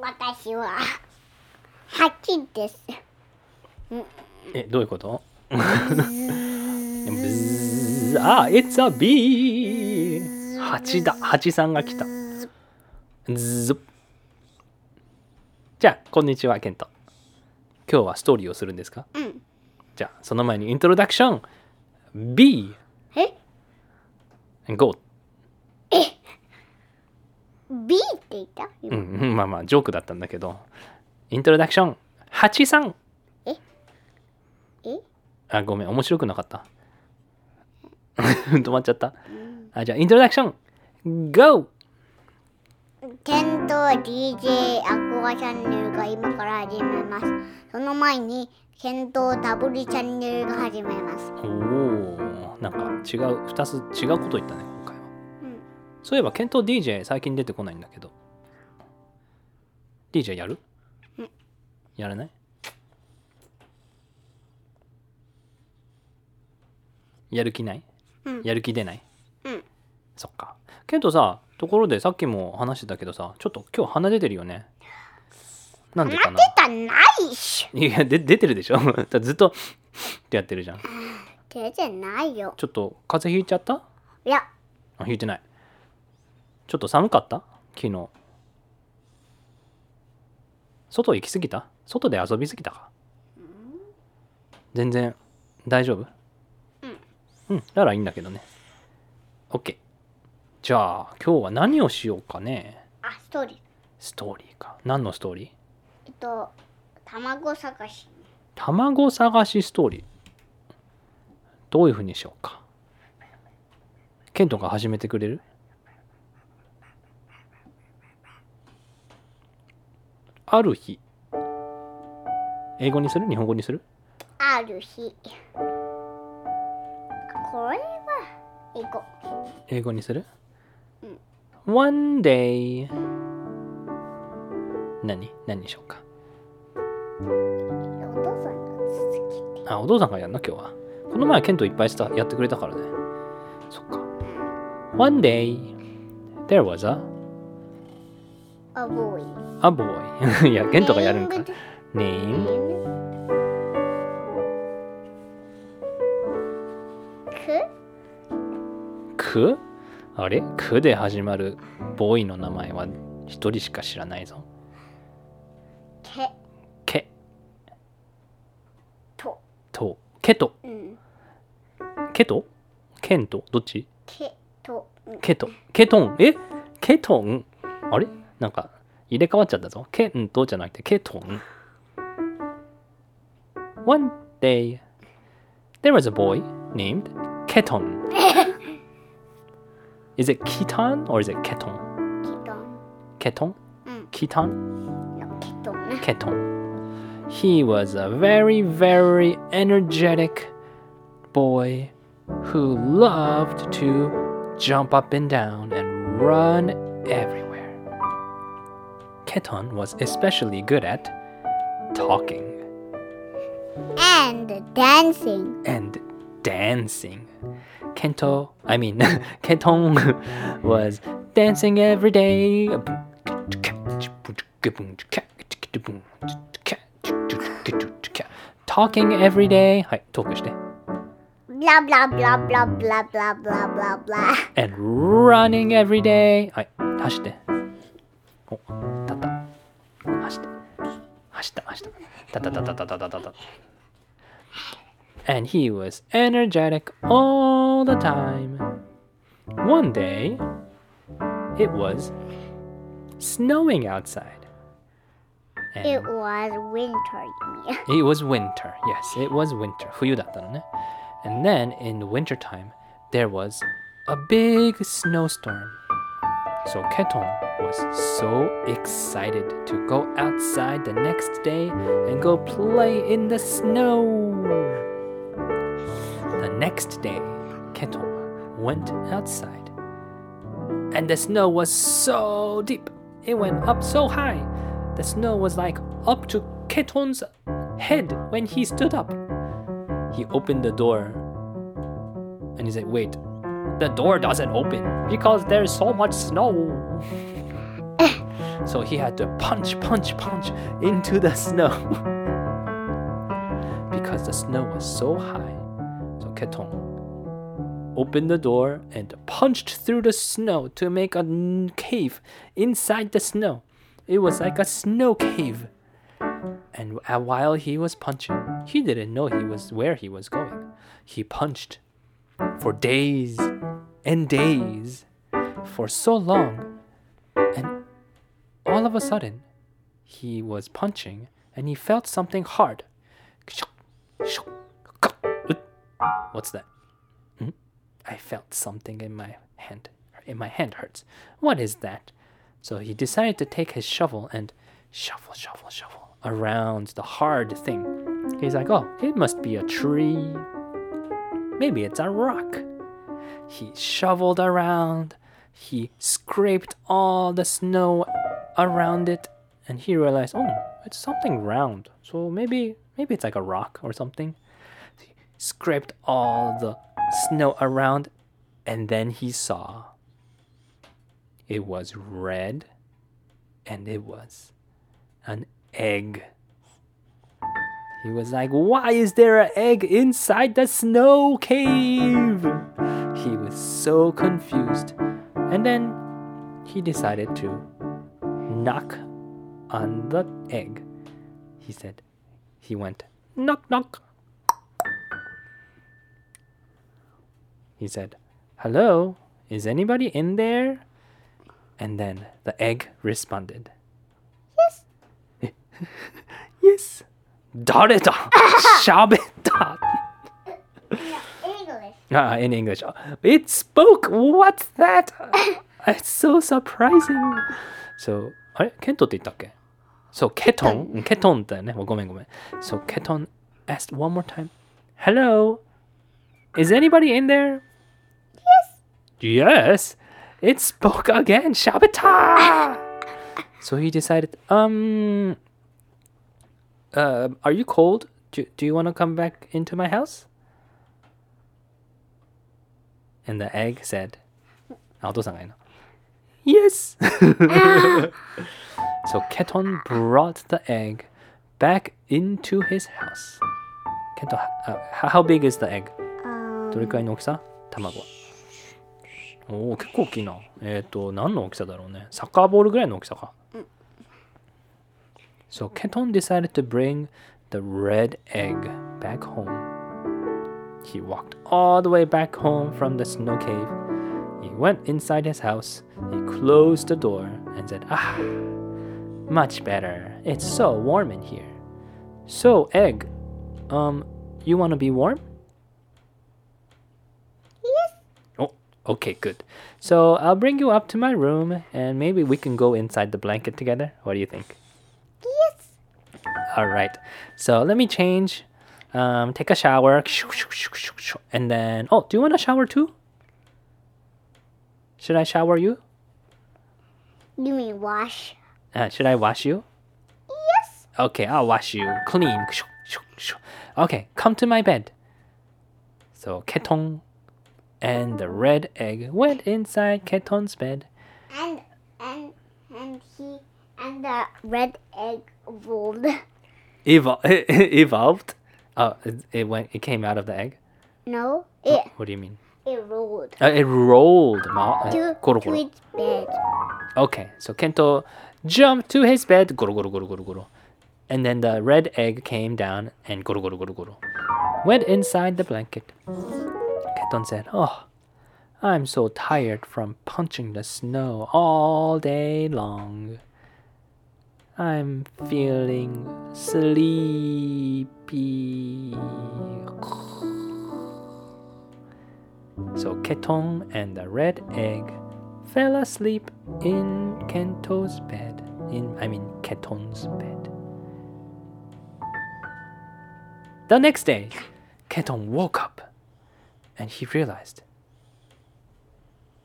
私は8です。えどういうことブズーあ It's a bee 蜂だ蜂さんが来たズッじゃあこんにちはケント今日はストーリーをするんですかうん。じゃあその前にイントロダクション B え Go え ?B って言ったう今んうんまあまあジョークだったんだけどイントロダクション8さんえあごめん面白くなかった 止まっちゃったあじゃあイントロダクション GO! ケント DJ アクアチャンネルが今から始めます。その前に、ケントダブルチャンネルが始めます。おおなんか違う2つ違うこと言ったね今回はうん。そういえば検討 DJ 最近出てこないんだけど DJ やるうんやらないやる気ないうんやる気出ないうんそっかケントさところでさっきも話してたけどさちょっと今日鼻出てるよねなんでかな出たないっしいやで出てるでしょ ずっとってやってるじゃんょ出てないよ。ちょっと風邪ひいちゃったいや、あ、引いてない。ちょっと寒かった昨日。外行き過ぎた外で遊び過ぎたか全然大丈夫うん。ならいいんだけどね。OK。じゃあ、今日は何をしようかねあ、ストーリー。ストーリーか。何のストーリーえっと、卵探し。卵探しストーリー。どういうふうにしようか。ケントが始めてくれるある日。英語にする日本語にするある日。これは、行こう。英語にする ?One day 何何にしようか。お父さんが続けて。あ、お父さんがやるの今日は。この前、ケントいっぱいしたやってくれたからね。そっか。One day, there was a あ、ボーイ。あ、ボーイ。い や、ケントがやるんか。ネネーミングでーくムくあれくで始まるボーイの名前は一人しか知らないぞ。けけと。と。けと。うん。けとケントどっちけと。うんけと。けとん。えけとん。あれなんか入れ替わっちゃったぞ。けんとじゃなくてけとん。One day, there was a boy named Keton. Is it Keton or is it Keton? きとん。 Keton? うん。 Keton? のきとんね。 Keton. He was a very, very energetic boy who loved to jump up and down and run everywhere. Keton was especially good at talking and dancing. and dancing. Kento, I mean, Kenton was dancing every day. Talking every day. はい、トークして。 Blah blah blah blah blah blah blah blah blah. And running every day. はい、走って。お、立った。走って。走った、走った。たたたたたたたた。And he was energetic all the time. One day, it was snowing outside. And It was winter year. it was winter. Yes, it was winter. 冬だったのね。And then in the winter time, there was a big snowstorm. So Keton was so excited to go outside the next day and go play in the snow. The next day, Keton went outside. And the snow was so deep. It went up so high. The snow was like up to Keton's head when he stood up. He opened the door and he said, Wait, the door doesn't open because there's so much snow. So he had to punch, punch, punch into the snow because the snow was so high. So Ketong opened the door and punched through the snow to make a n- cave inside the snow. It was like a snow cave. And a- while he was punching, he didn't know he was where he was going. He punched for days and days for so long. And all of a sudden, he was punching and he felt something hard. What's that? Hmm? I felt something in my hand. In my hand hurts. What is that? So he decided to take his shovel and shovel, shovel, shovel around the hard thing. He's like, oh, it must be a tree. Maybe it's a rock. He shoveled around. He scraped all the snow around it, and he realized, oh, it's something round. So maybe, maybe it's like a rock or something. He scraped all the snow around, and then he saw. It was red, and it was an egg. He was like, Why is there an egg inside the snow cave? He was so confused. And then he decided to knock on the egg. He said, He went, Knock, knock. He said, Hello, is anybody in there? And then the egg responded, Yes. 誰だ喋った English. Ah, in English. It spoke! What's that? It's so surprising! So, あれケントって言ったっけ So, ケトンうんケトンだよね。ごめんごめん。So, ケトン asked one more time. Hello? Is anybody in there? Yes. Yes? It spoke again! 喋った So he decided, um, uh, are you cold? Do, do you want to come back into my house? And the egg said, あ、お父さんがいるの。Yes! so Keton brought the egg back into his house. ケント、uh, how big is the egg? Uh, どれくらいの大きさ卵は。おお、結構大きいな。えっ、と、何の大きさだろうね。サッカーボールぐらいの大きさか。So Keton decided to bring the red egg back home. He walked all the way back home from the snow cave. He went inside his house. He closed the door and said, Ah, much better. It's so warm in here. So, Egg, um, you want to be warm? Yes. Oh, okay, good. So, I'll bring you up to my room and maybe we can go inside the blanket together. What do you think? Yes. All right. So let me change. Um, take a shower. And then, oh, do you want a shower too? Should I shower you? You mean wash? Uh, should I wash you? Yes. Okay, I'll wash you clean. Okay, come to my bed. So Ketong and the red egg went inside Ketong's bed. And and and he and the red egg rolled. Evol- evolved. Oh, it, it went. It came out of the egg. No, it What do you mean? it rolled Uh, it rolled. Ma- uh, to, goro to goro. its bed. Okay, so Kento jumped to his bed, goro goro goro goro goro. And then the red egg came down and goro goro goro goro. Went inside the blanket. Kenton said, Oh, I'm so tired from punching the snow all day long. I'm feeling sleepy. So Ketong and the red egg fell asleep in Kento's bed. In I mean Keton's bed. The next day, Keton woke up and he realized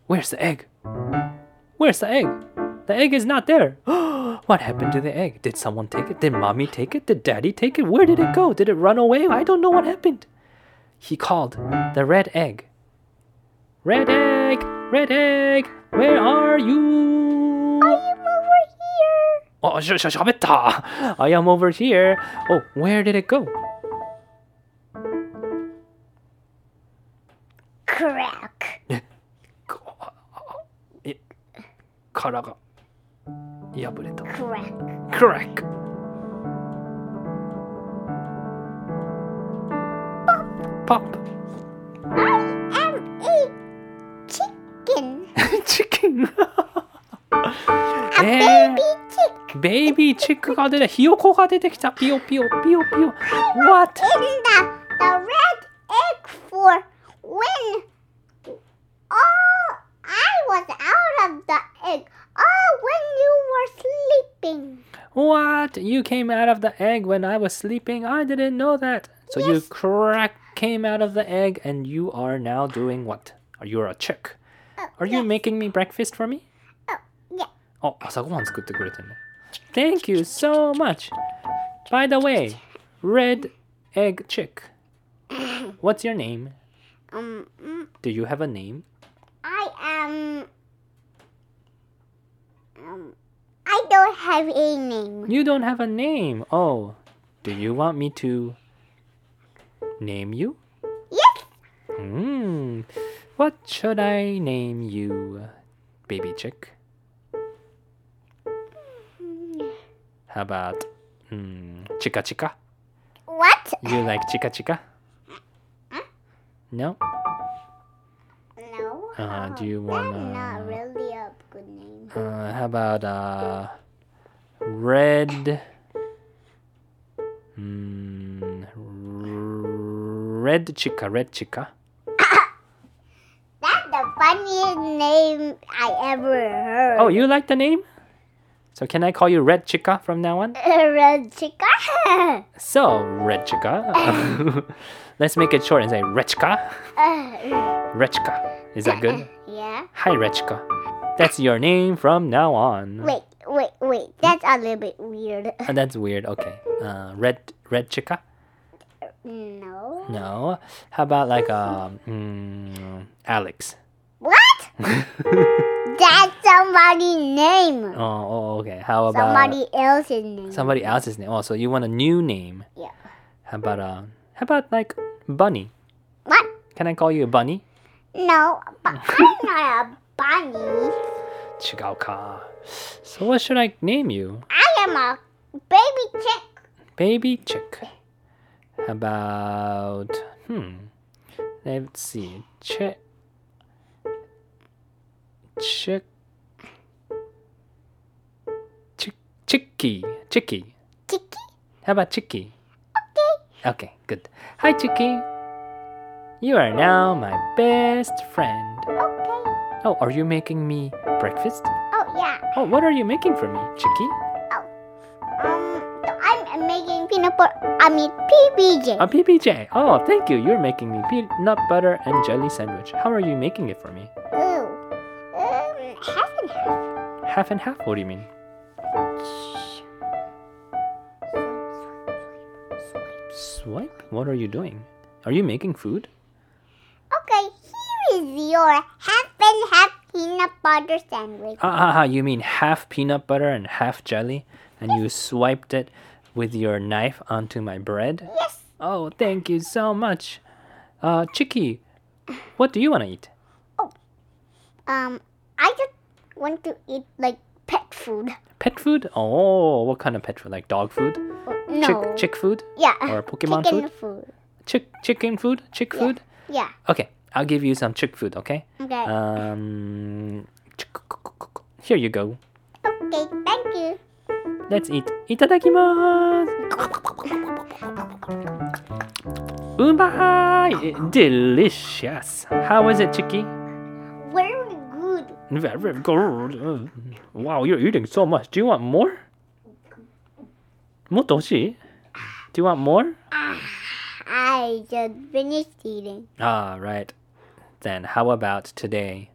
Where's the egg? Where's the egg? The egg is not there. what happened to the egg? Did someone take it? Did mommy take it? Did daddy take it? Where did it go? Did it run away? I don't know what happened. He called the red egg. Red egg! Red egg! Where are you? I'm over here. Oh, sh- sh- shabetta. I am over here. Oh, where did it go? Crack. It- 殻が破れた。 Crack. Crack. Pop. I am a chicken. Chicken. A え baby ー chick ベイビーチックが出て、ひよこが出てきた。ピヨピヨピヨピヨ。What? in the, the red egg for when all I was out of the egg. Oh, when you were sleeping. What? You came out of the egg when I was sleeping. I didn't know that. So you Yes. crack came out of the egg and you are now doing what? Are you a chick? Oh, Are you making me breakfast for me? Oh, yeah. あ、朝ごはん作ってくれてんの。Thank you so much. By the way, red egg chick. What's your name? Um, mm, Do you have a name? I am. Um, I don't have a name. You don't have a name. Oh, do you want me to name you? Yes, Hmm. What should I name you, baby chick? How about mm, chica chica? what? You like chica chica? No? No. Uh, do you That's not wanna? really a good name. Uh, how about uh, red? Mm, red chica, red chica. That's the funniest name I ever heard. Oh, you like the name? So can I call you red chica from now on? Red chica. So, Rechka, let's make it short and say Rechka. Uh, Rechka. Is that good? yeah. Hi, Rechka. That's your name from now on. Wait, wait, wait. That's a little bit weird. Uh, that's weird. Okay. Uh, red, red chica? No. No. How about like um, mm, Alex? What? oh, That's somebody's name. oh, okay. How about Somebody else's name. somebody else's name? Oh, so you want a new name? Yeah. How about uh, how about like Bunny? What? Can I call you Bunny? No, but I'm not a bunny. Chigao So what should I name you? I am a baby chick. Baby chick. How about hmm? Let's see. Chick. Chick. Chick. Chicky. Chicky. Chicky? How about Chicky? Okay. Okay, good. Hi, Chicky. You are now my best friend. Okay. Oh, are you making me breakfast? Oh, yeah. Oh, what are you making for me, Chicky? Um, so I'm making peanut butter. I mean PBJ. A PBJ. Oh, thank you. You're making me peanut butter and jelly sandwich. How are you making it for me? Ooh. Um, half and half. Half and half? What do you mean? Swipe? What are you doing? Are you making food? Okay, here is your half and half peanut butter sandwich. Ah, ah, ah, you mean half peanut butter and half jelly? And you swiped it with your knife onto my bread? Yes. Oh, thank you so much. Uh, Chicky, what do you want to eat? Um, I just want to eat like pet food. Pet food? Oh, what kind of pet food? Like dog food? No. Chick, chick food? yeah. or Pokemon Chicken food? food. Chick, chicken food? Chick food? Yeah. Okay, I'll give you some chick food, okay? Okay. Um, chick- here you go. okay. Thank you. Let's eat. いただきます。うまい。Delicious. How was it, Chicky? Very good. Very good. Wow, you're eating so much. Do you want more? もっと欲しい Do you want more? Ah, I just finished eating. Ah, right. Then how about today?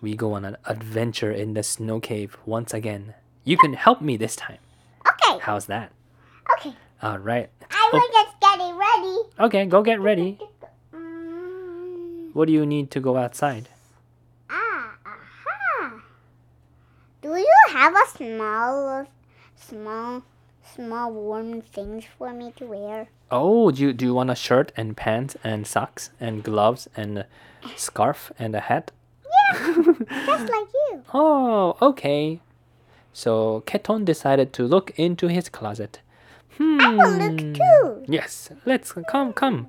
We go on an adventure in the snow cave once again. You can help me this time. Okay. How's that? Okay. All right. I will just get it ready. Okay, go get ready. Mm, What do you need to go outside? ah, aha. Do you have a small small, small warm things for me to wear. Oh, do you, do you want a shirt and pants and socks and gloves and a scarf and a hat? Just like you. Oh, okay. So Keton decided to look into his closet. I will Oh, Hmm. look too. Yes, let's come, come.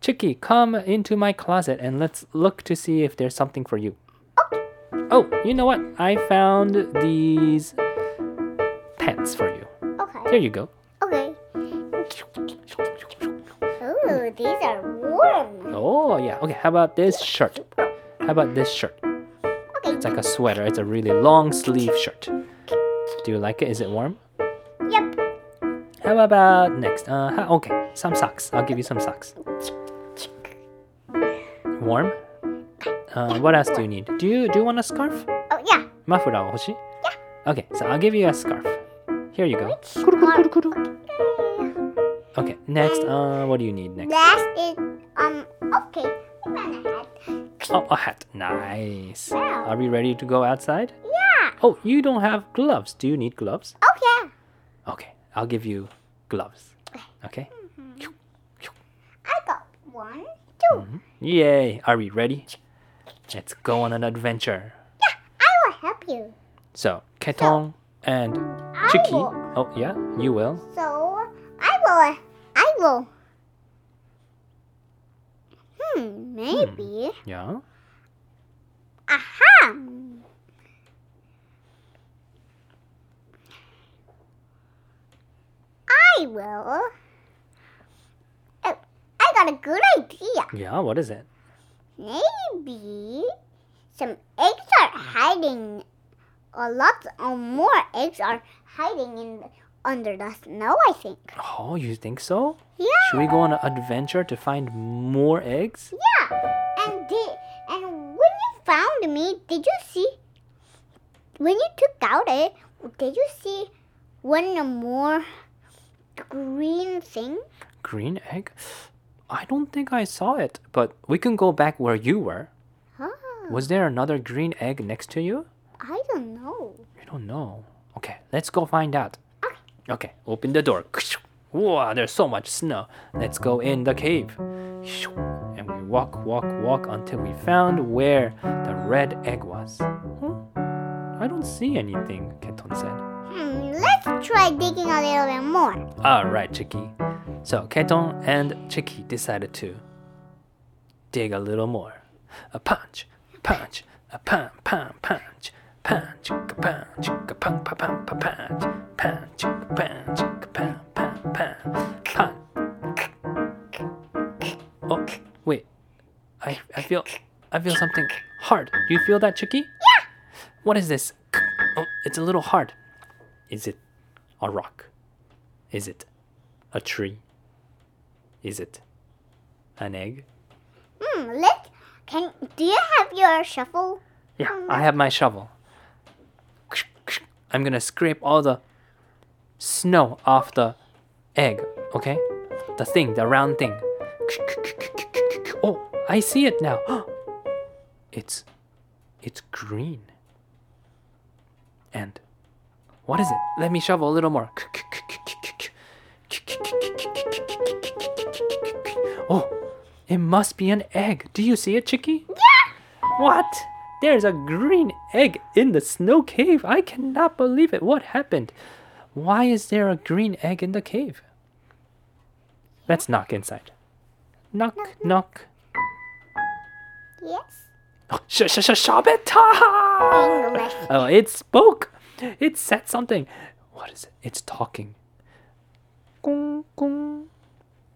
Chicky, come into my closet and let's look to see if there's something for you. Oh, you know what? I found these pants for you. There Okay. you go. Okay. Ooh, these are warm. Oh, yeah. Okay, how about this shirt? How about this shirt? Okay. It's like a sweater. It's a really long sleeve shirt. Do you like it? Is it warm? Yep. How about next? Uh, huh, okay, some socks. I'll give you some socks. Warm. Uh, what else do you need? Do you do you want a scarf? Oh yeah. マフラー欲しい Yeah. Okay, so I'll give you a scarf. Here you go. Okay, next, uh, what do you need next? Last is um okay. We got a hat. Oh, a hat. Nice. Yeah. Are we ready to go outside? Yeah. Oh, you don't have gloves. Do you need gloves? Oh yeah. Okay, I'll give you gloves. Okay? I got one, 2 Yay! Are we ready? Let's go on an adventure. Yeah, I will help you. So, Ketong and I Chiki. will. Oh, yeah, you will. So I will. I will. Hmm. Maybe. Yeah. Aha. I will. Oh, I got a good idea. Yeah, what is it? Maybe some eggs are hiding. A lot or more eggs are hiding in under the snow. I think. Oh, you think so? Yeah. Should we go on an adventure to find more eggs? Yeah. And did and when you found me, did you see? When you took out it, did you see one more green thing? Green egg? I don't think I saw it, but we can go back where you were. Oh, Was there another green egg next to you? I don't know. I don't know. Okay, let's go find out. Okay. Okay, open the door. Wow, there's so much snow. Let's go in the cave. And we walk, walk, walk until we found where the red egg was. Hmm? I don't see anything, Keton said. Hmm, let's try digging a little bit more. All right, Chicky. So Keton and Chicky decided to dig a little more. A punch, punch, a pun, pun, punch, punch, ka punch, ka pun, pa pun, pa punch, punch, ka punch, ka pun, pun, pun, pun. Oh, wait. I I feel I feel something hard. Do you feel that, Chicky? Yeah. What is this? Oh, it's a little hard. Is it a rock? Is it a tree? Is it an egg? Hmm, let's. Can do you have your shovel? Yeah, I have my shovel. I'm gonna scrape all the snow off the egg, okay? The thing, the round thing. Oh, I see it now. It's it's green. And what is it? Let me shovel a little more. Oh, it must be an egg. Do you see it, Chicky? What? There's a green egg in the snow cave. I cannot believe it. What happened? Why is there a green egg in the cave? Let's knock inside. Knock, knock. Yes. Oh, sh- sh- sh- Shabeta! English. Oh, it spoke. It said something. What is it? It's talking. Gong, gong.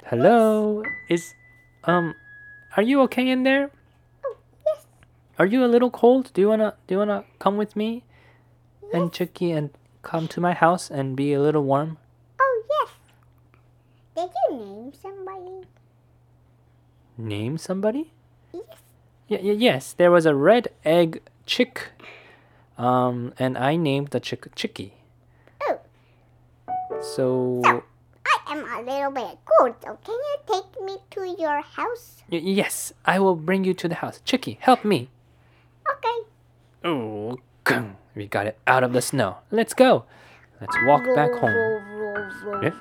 Hello. Is um, are you okay in there? Oh, Yes. Are you a little cold? Do you wanna do you wanna come with me and Chucky and come to my house and be a little warm? Oh yes. Did you name somebody? Name somebody? Yes. Yeah, yeah, yes. There was a red egg chick. Um and I named the chick Chicky. Oh. So So, I am a little bit cold, so can you take me to your house? y- yes, I will bring you to the house. Chicky, help me. Okay. Oh, we got it out of the snow. Let's go. Let's walk back home. え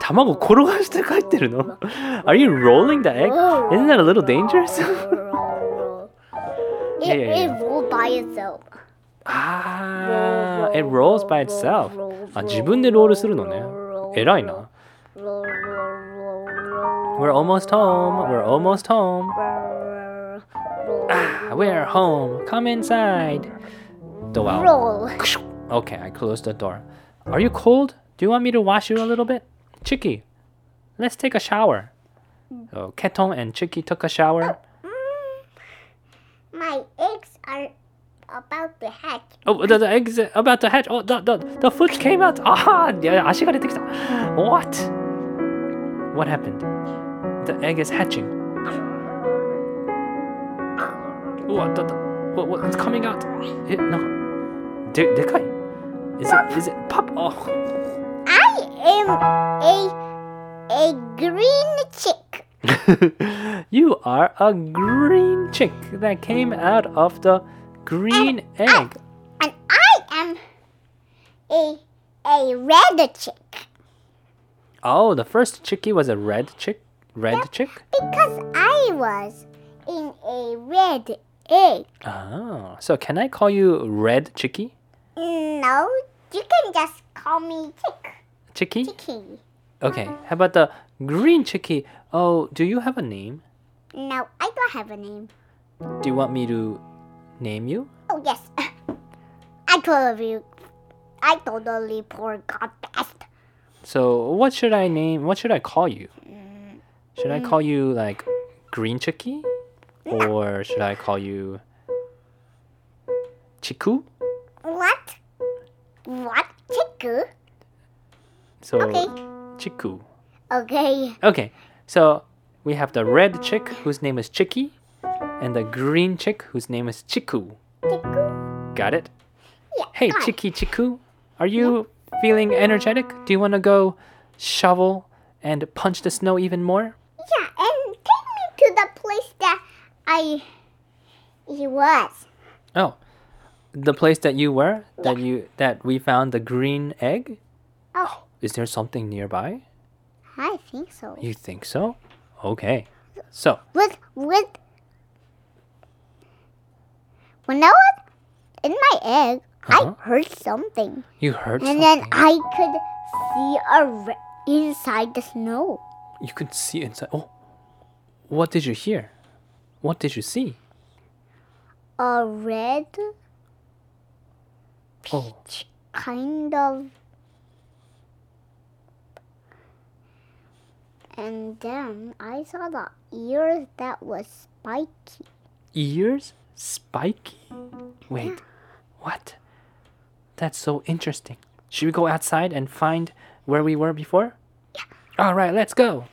卵卵転転ががししてて帰帰っっててるるのの Are you rolling the egg? Isn't Isn't that a little dangerous? it, Yeah, yeah, yeah. it rolled by itself. Ah, it rolls by itself. あ、自分でロールするのね。偉いな。We're almost home. We're almost home. Ah, we're home. Come inside. Door. Roll. Okay, I closed the door. Are you cold? Do you want me to wash you a little bit? Chicky, let's take a shower. So Keton and Chicky took a shower. Mm. My eggs are about to hatch. Oh, the, the eggs about to hatch. Oh, the, the, the foot came out. Ah, yeah, 足が出てきた What? What happened? The egg is hatching. What? The, the, what, what's coming out? Eh, え、なんか、で、でかい Is it, is it pop? Oh, I am a a green chick. you are a green chick that came out of the green egg. And I am a a red chick. Oh, the first chickie was a red chick. Red chick? Because I was in a red egg. Oh, so can I call you Red Chicky? No, you can just call me Chick. Chicky? Chicky. Okay, how about the Green Chicky? Oh, do you have a name? No, I don't have a name. Do you want me to name you? Oh yes, I totally, I totally forgot that. So, what should I name? What should I call you? Should I call you like Green Chicky? Or should I call you Chiku? What? What? Chiku? So, Okay. Chiku. Okay. Okay, so we have the red chick whose name is Chicky, and the green chick whose name is Chiku. Chiku? Got it? Yeah. Hey, got it. Chicky Chiku, are you feeling energetic? Do you want to go shovel and punch the snow even more? Yeah, and take me to the place that I he was. Oh, the place that you were, that you that we found the green egg. Oh, Is there something nearby? I think so. You think so? Okay. So, with with when I was in my egg, Uh-huh. I heard something, you heard and something. then I could see a re- inside the snow. You could see inside. Oh, what did you hear? What did you see? A red Oh, kind of, and then I saw the ears that was spiky. ears spiky. Wait, what? That's so interesting. Should we go outside and find where we were before? All right, let's go.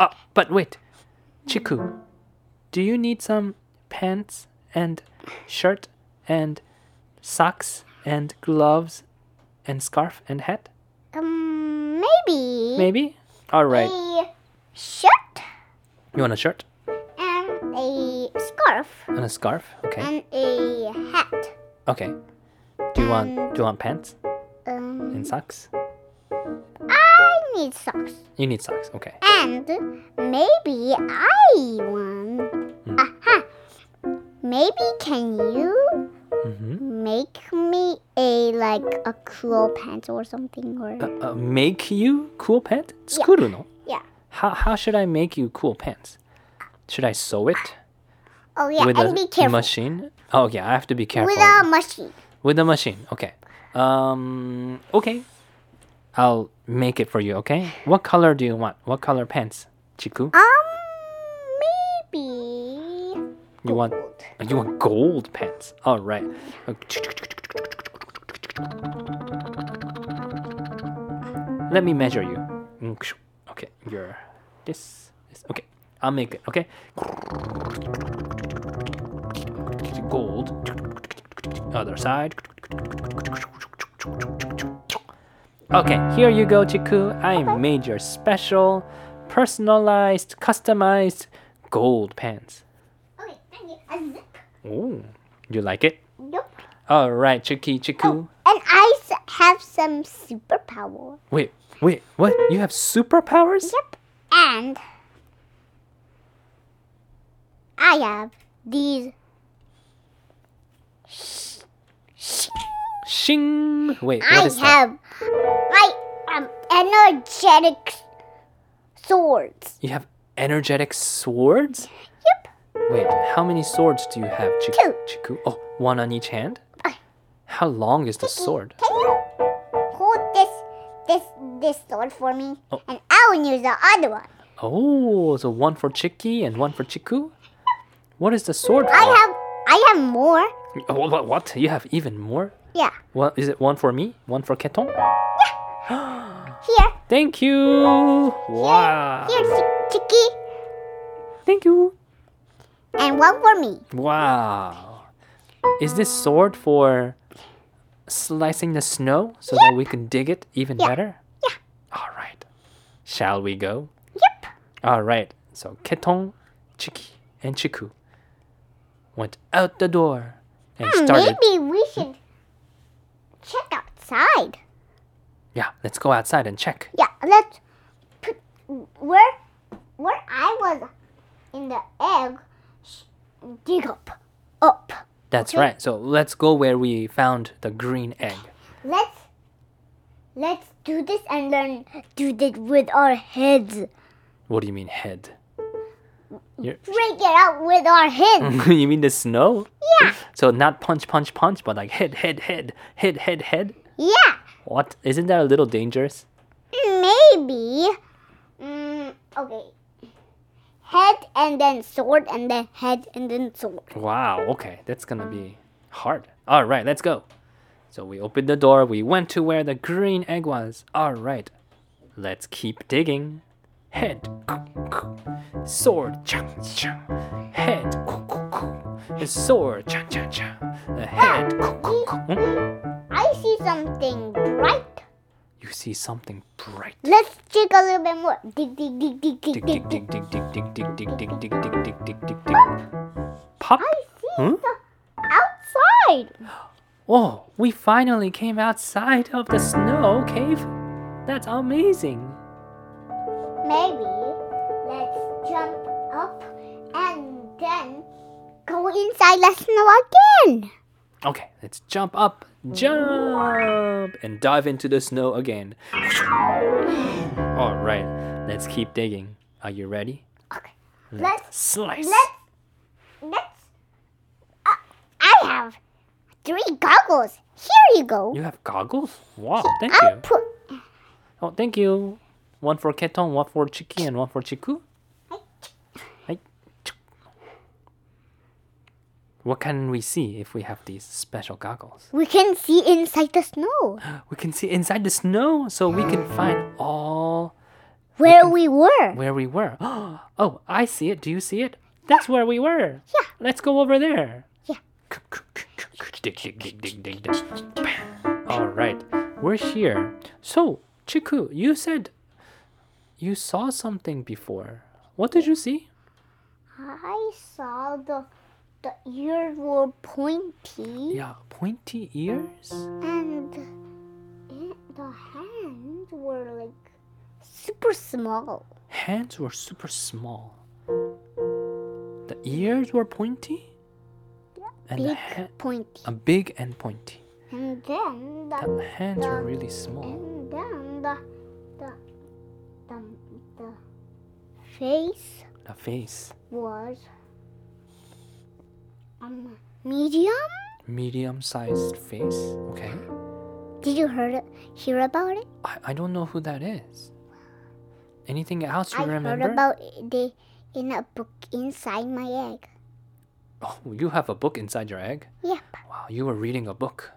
Oh, but wait, Chiku, do you need some pants and shirt and socks and gloves and scarf and hat? Um, maybe, Maybe. All right. a shirt You want a shirt and a scarf. and a scarf? Okay. and a hat. Okay. Do you want do you want pants Um, and socks? I need socks. You need socks. Okay. And maybe I won. Hmm. Aha! Maybe can you Mm-hmm. make me a like a cool pants or something or Uh, uh, make you cool pants? Tsukuru no? yeah. How how should I make you cool pants? Should I sew it Oh yeah, with and a be careful machine? Oh yeah, I have to be careful with um, a machine. with a machine. Okay. Um. Okay. I'll make it for you. Okay. What color do you want? What color pants, Chiku? Um, maybe. You want gold. you want gold pants. All right. Okay. Let me measure you. Okay, you're this. This. Okay, I'll make it. Okay. Gold. Other side. Okay, here you go, Chiku. I made your special, personalized, customized gold pants. Okay, thank you. A zip. Ooh, you like it? Nope. Oh. All right, Chicky Chiku. And I s- have some superpower. Wait, wait, what? You have superpowers? Yep. And I have these. Shing! Wait, I what is that? have my um, energetic swords. You have energetic swords? Yep. Wait, how many swords do you have, Chiku? Two. Chiku? Oh, one on each hand? Ah. How long is the sword? Can you hold this this this sword for me? Oh. And I will use the other one. Oh, so one for Chiki and one for Chiku? What is the sword for? I have I have more. Oh, wha- What? You have even more? Yeah. What is it? One for me? One for Keton? Here. Thank you! Wow! Here, Chi- Chicky. Thank you! And one for me. Wow! Is this sword for slicing the snow so that we can dig it even better? Yeah. All right. Shall we go? Yep. All right. So Ketong, Chiki, and Chiku went out the door and started. Hmm, Maybe we should check outside. Yeah, let's go outside and check. Yeah, let's put where where I was in the egg. sh- Dig up, up. That's Okay. right. So let's go where we found the green egg. Let's let's do this and learn do this with our heads. What do you mean head? You're- Break it out with our heads. you mean the snow? Yeah. So not punch, punch, punch, but like head, head, head, head, head, head. yeah, What? Isn't that a little dangerous? maybe. Mm, okay. Head and then sword and then head and then sword. Wow, okay, that's gonna be hard. All right, let's go. So we opened the door, we went to where the green egg was. All right, let's keep digging. Head, sword, head, sword, head. I see something bright. You see something bright. Let's dig a little bit more. Dig, dig, dig, dig, dig, Dig, dig, dig, dig. dig, dig, dig, dig, dig, dig, dig, dig, dig, dig, dig, dig, dig. Pop. I see Huh? the outside. Oh, we finally came outside of the snow cave. That's amazing. Maybe let's jump up and then go inside. Let's know again. Okay, let's jump up, jump, and dive into the snow again. All right, let's keep digging. Are you ready? Okay. Let's Slice. let's let's. Uh, I have three goggles. Here you go. You have goggles? Wow, thank I'll you. put. Oh, thank you. One for Keton, one for Chiki, and one for Chiku. Hi. What can we see if we have these special goggles? We can see inside the snow We can see inside the snow, so we can find all where we were. where we were. Oh, I see it. Do you see it? That's where we were. Yeah. Let's go over there. Yeah. Dig, dig, dig, dig, dig, dig. Bam. All right. We're here. So, Chiku, you said you saw something before. What did you see? I saw the the ears were pointy Yeah, pointy ears? and it, the hands were like super small. Hands were super small. The ears were pointy? And the Big ha- um, pointy. a big and pointy. And then the The hands were really small. and then the the the, the face The face. was um medium. medium sized face. Okay. Did you heard hear about it? I, I don't know who that is. Anything else you I remember? heard about it they- in a book inside my egg. oh, you have a book inside your egg? Yep. Wow, you were reading a book.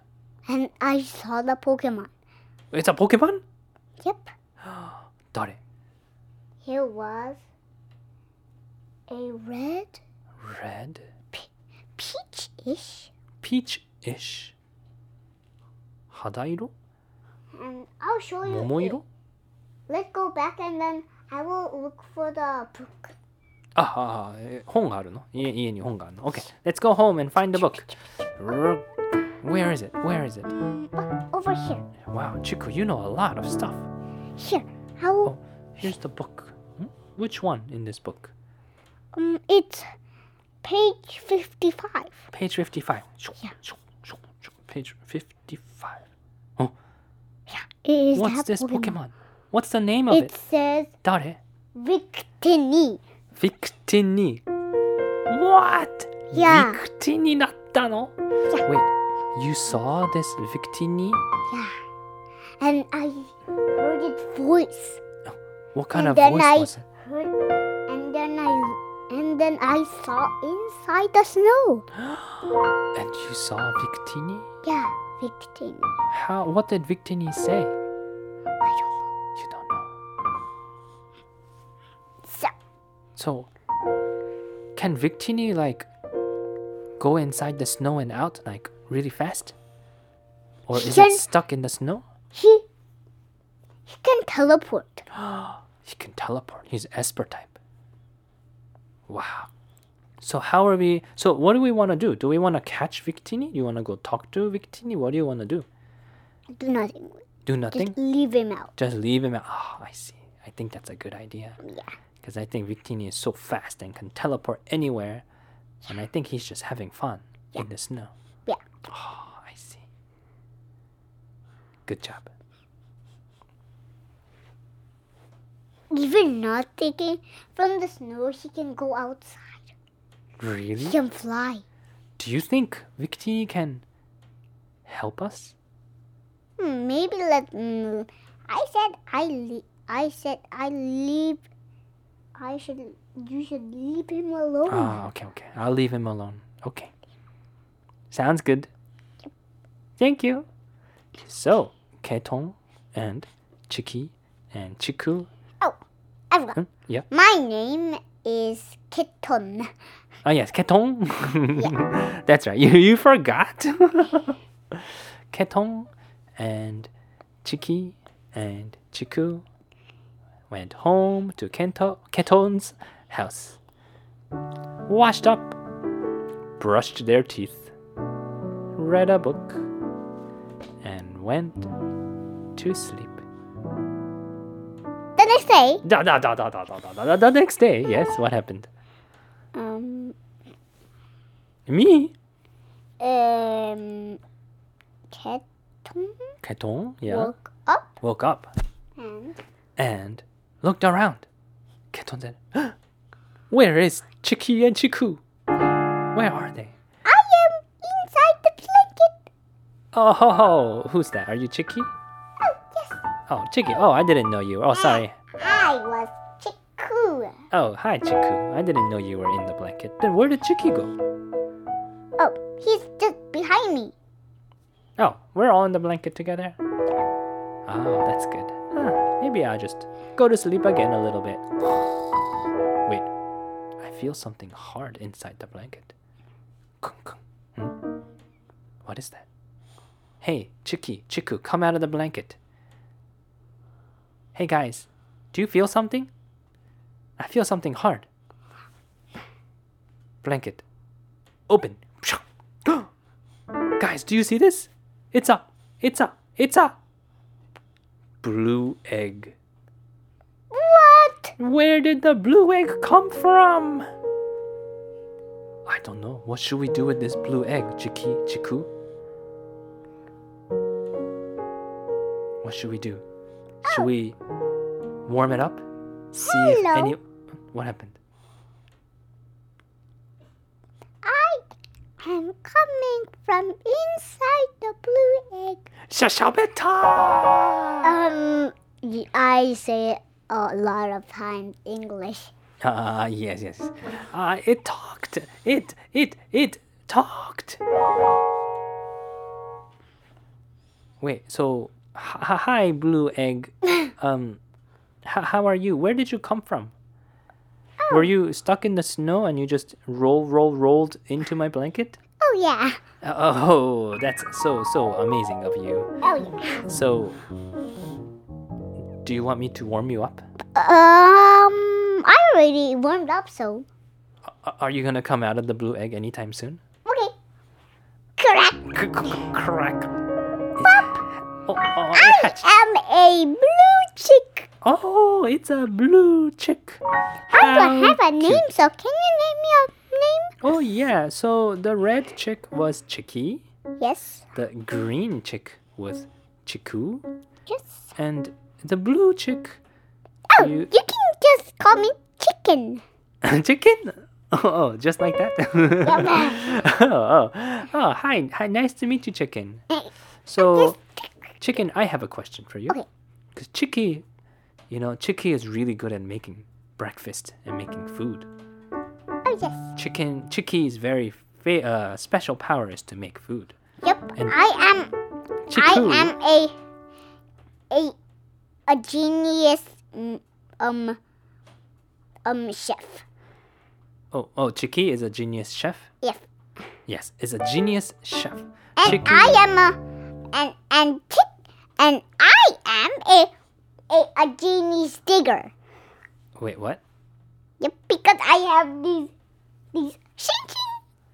And I saw the Pokemon. It's a Pokemon? Yep. Got it. It was a red, Red, peach ish, peach ish. Hadairo? and I'll show you. Momoiro? it. Let's go back and then I will look for the book. Ah, ah, ah, eh, 本があるの家家に本があるの Okay, let's go home and find the book. Where is it? Where is it? Oh, over here. Wow, Chico, you know a lot of stuff. Here. How? Oh, here's the book. Hmm? Which one in this book? Um, it's page 55. Page 55. Yeah. Page 55. It is What's that this Pokemon. Pokemon? What's the name of It it? says Dare? Victini. victini. What? Yeah. victini なったの Yeah. Wait, you saw this victini? Yeah. And I heard its voice. What kind and of then voice I was it? heard, and then I, and then I saw inside the snow. And you saw victini? Yeah, Victini. How? What did victini say? I don't know. You don't know. So, So, can victini like go inside the snow and out like really fast? Or is Can- it stuck in the snow? he, he can teleport. He can teleport. He's Esper type. Wow. So how are we? So what do we want to do? Do we want to catch Victini? You want to go talk to Victini? What do you want to do? Do nothing. with it. Do Just nothing. leave him out. Just leave him. out. Ah, I see. I think that's a good idea Yeah. because I think Victini is so fast and can teleport anywhere, and I think he's just having fun in the snow. Yeah. Ah, I see. Good job. Even not taking from the snow, he can go outside. He Really? can fly. Do you think Victini can help us? Hmm, maybe let. Mm, I said I. Le- I said I leave. I should. You should leave him alone. Ah, okay, okay. I'll leave him alone. Okay. Sounds good. Thank you. So, Ketong and Chiki and Chiku. Oh, I forgot. Hmm? Yeah. My name is Kitten. Oh, yes, Ketong. That's right. You, you forgot. Ketong and Chiki and Chiku went home to Kento, Keton's house. Washed up, brushed their teeth, read a book, and went to sleep. The next day, Da, da, da, da, da, da, da, da, da, the next day, yes, what happened? um, Me? um, Kitten Ketong, yeah, woke up woke up. and and looked around. Keton said, "Huh? Where is Chiki and Chiku? Where are they? I am inside the blanket. Oh, ho, ho. who's that? Are you Chiki? Oh yes, Oh, Chiki. Oh, I didn't know you. Oh, sorry. I was Chiku. Oh, hi, Chiku. I didn't know you were in the blanket. Then where did Chiki go? Oh, he's just behind me. Oh, we're all in the blanket together. Oh, that's good. Huh, maybe I'll just go to sleep again a little bit. Wait, I feel something hard inside the blanket. Kung, kung. Hmm? What is that? Hey, Chiki, Chiku, come out of the blanket. Hey guys, do you feel something? I feel something hard. Blanket. Open. Guys, do you see this? It's a, it's a, it's a blue egg. What? Where did the blue egg come from? I don't know. What should we do with this blue egg, Chiki, Chiku? What should we do? Should we warm it up? See Hello. if any. What happened? I am coming from inside the blue egg. Shashabeta! Um, y- I say it a lot of times English. Ah, yes, yes. Ah, it talked. It, it, it talked. Wait, so h- h- hi, blue egg. Um, h- how are you? Where did you come from? Were you stuck in the snow and you just roll, roll, rolled into my blanket? Oh yeah. Oh, that's so, so amazing of you. Oh yeah. So, do you want me to warm you up? Um, I already warmed up, so A- Are you gonna come out of the blue egg anytime soon? okay. Correct. c- c- crack. It's- Oh, oh, it hatched. I'm a blue chick. Oh, it's a blue chick. I don't How have a cute. name, so can you name me a name? Oh, yeah. So the red chick was Chicky, Yes. the green chick was Chiku, Yes. and the blue chick. Oh, you, You- can just call me chicken. chicken? Oh, oh, just like that. oh, oh, oh, hi, hi, nice to meet you, chicken. Hey, So, chicken, I have a question for you. Okay. Because Chicky, you know, Chicky is really good at making breakfast and making food. Oh, yes. Chicken, Chicky's very fa- uh, special power is to make food. Yep. And- I am. I Chiku, am a a a genius mm, um um chef. oh, oh, Chicky is a genius chef. Yes. Yes, is a genius chef. And Chicky, I am a and and chick and I am a a, a genius digger. wait, what? Yep, because I have these these shing, shing,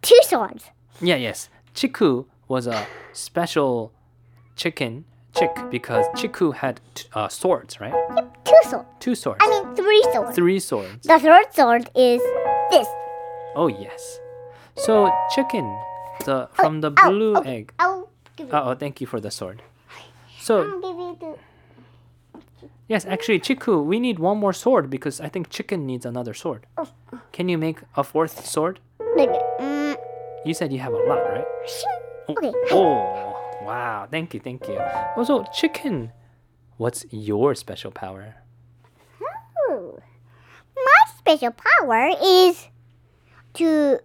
two swords. Yeah, yes. Chiku was a special chicken chick because Chiku had t- uh, swords, right? Yep, two swords. Two swords, I mean three swords. three swords. The third sword is this. Oh yes. So chicken, the from the oh, blue oh. egg. I'll give you. Uh oh, thank you for the sword. So I'll give you the. yes, actually, Chiku, we need one more sword because I think chicken needs another sword. Oh. Can you make a fourth sword? the- Mm, You said you have a lot, right? shing. okay. Oh, wow. Thank you, thank you. Also, chicken, what's your special power? Ooh. My special power is to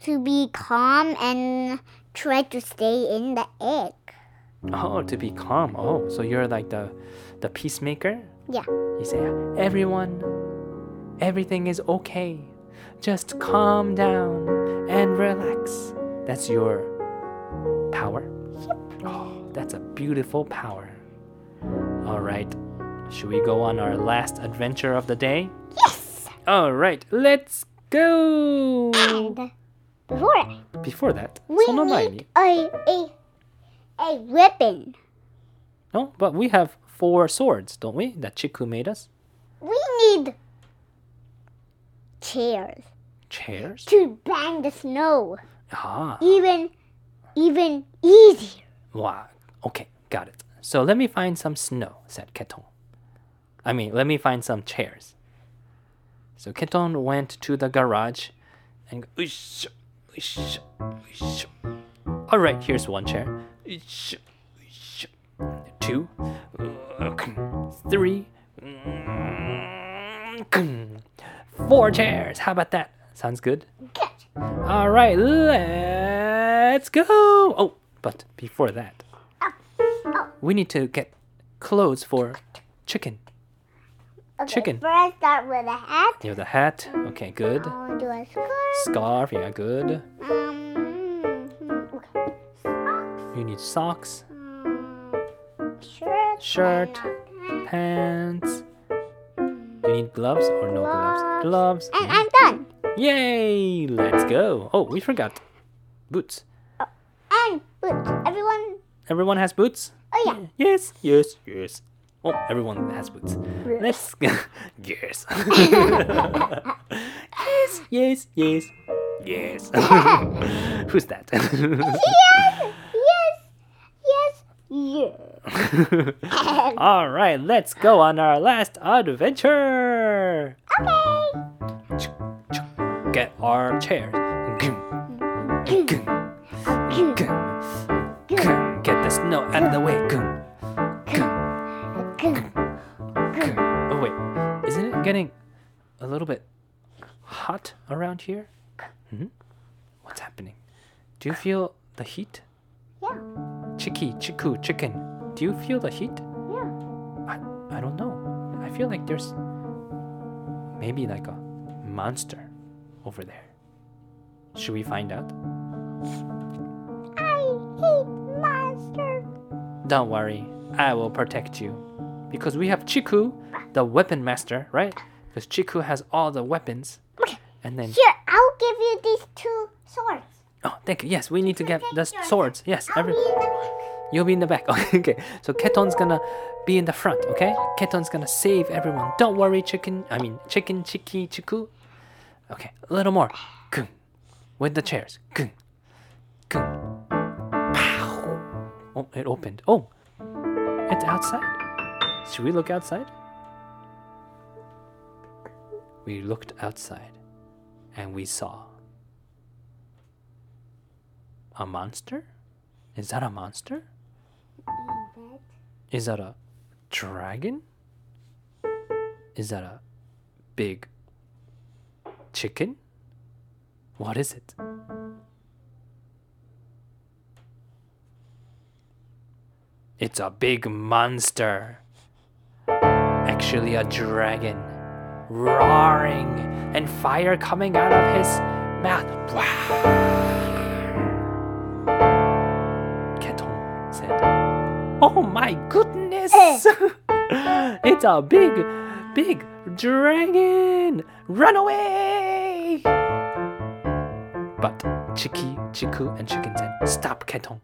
to be calm and try to stay in the egg. Oh, to be calm. Oh, so you're like the the peacemaker? Yeah. You say, everyone, everything is okay. Just calm down and relax. That's your power. Oh, that's a beautiful power. All right. Should we go on our last adventure of the day? Yes. All right, let's go. And before that, Before that, we 손을 많이. need a a a ribbon. No, but we have four swords, don't we? That Chiku made us. We need chairs Chairs. to bang the snow Ah, even even easier. wow. Okay, got it. So let me find some snow, said Keton. I mean, let me find some chairs. So Keton went to the garage and. Ush, ush, ush. All right, here's one chair. Ush, ush. Two. Mm, Three. Mm, Four chairs. How about that? Sounds good? Good. All right, let's go. Oh, but before that, Oh, we need to get clothes for chicken. Okay, Chicken. First, start with a hat. You have the hat. Okay, good. I'll do a scarf. Scarf. Yeah, good. Um, okay. You need socks, Um, shirt. Shirt. And, pants. You need gloves or no gloves? Gloves. and I'm done. Yay! Let's go. Oh, we forgot boots. And boots. Everyone. Everyone has boots. Oh yeah. Yes, yes, yes. Oh, everyone has boots. Let's go. yes. yes, yes, yes, yes. Who's that? Yes. Yes. Yes. Yeah. All right, let's go on our last adventure. Okay. Get our chairs. Get the snow out of the way. Good. Oh wait, isn't it getting a little bit hot around here? Hmm? What's happening? Do you feel the heat? Yeah. Chicky, chiku, chicken. Do you feel the heat? Yeah. I, I don't know. I feel like there's maybe like a monster over there. Should we find out? I hate monsters. Don't worry, I will protect you. Because we have Chiku, the weapon master, right? Because Chiku has all the weapons. Okay. And then, Here, I'll give you these two swords. Oh, thank you. Yes, we need to get the take yours. swords. Yes, I'll every be in the back. you'll be in the back. Okay, okay. So Keton's gonna be in the front. Okay, Keton's gonna save everyone. Don't worry, chicken. I mean, chicken, chiki, chiku. Okay, a little more. Gung. With the chairs. Gung. Gung. Pow. Oh, it opened. Oh, it's outside. Should we look outside? We looked outside, and we saw a monster. Is that a monster? Is that a dragon? Is that a big chicken? What is it? It's a big monster. Actually, a dragon. Roaring and fire coming out of his mouth. Wow. Keton said. Oh my goodness! it's a big, big dragon! Run away! But Chiki, Chiku, and Chicken said, Stop, Ketong.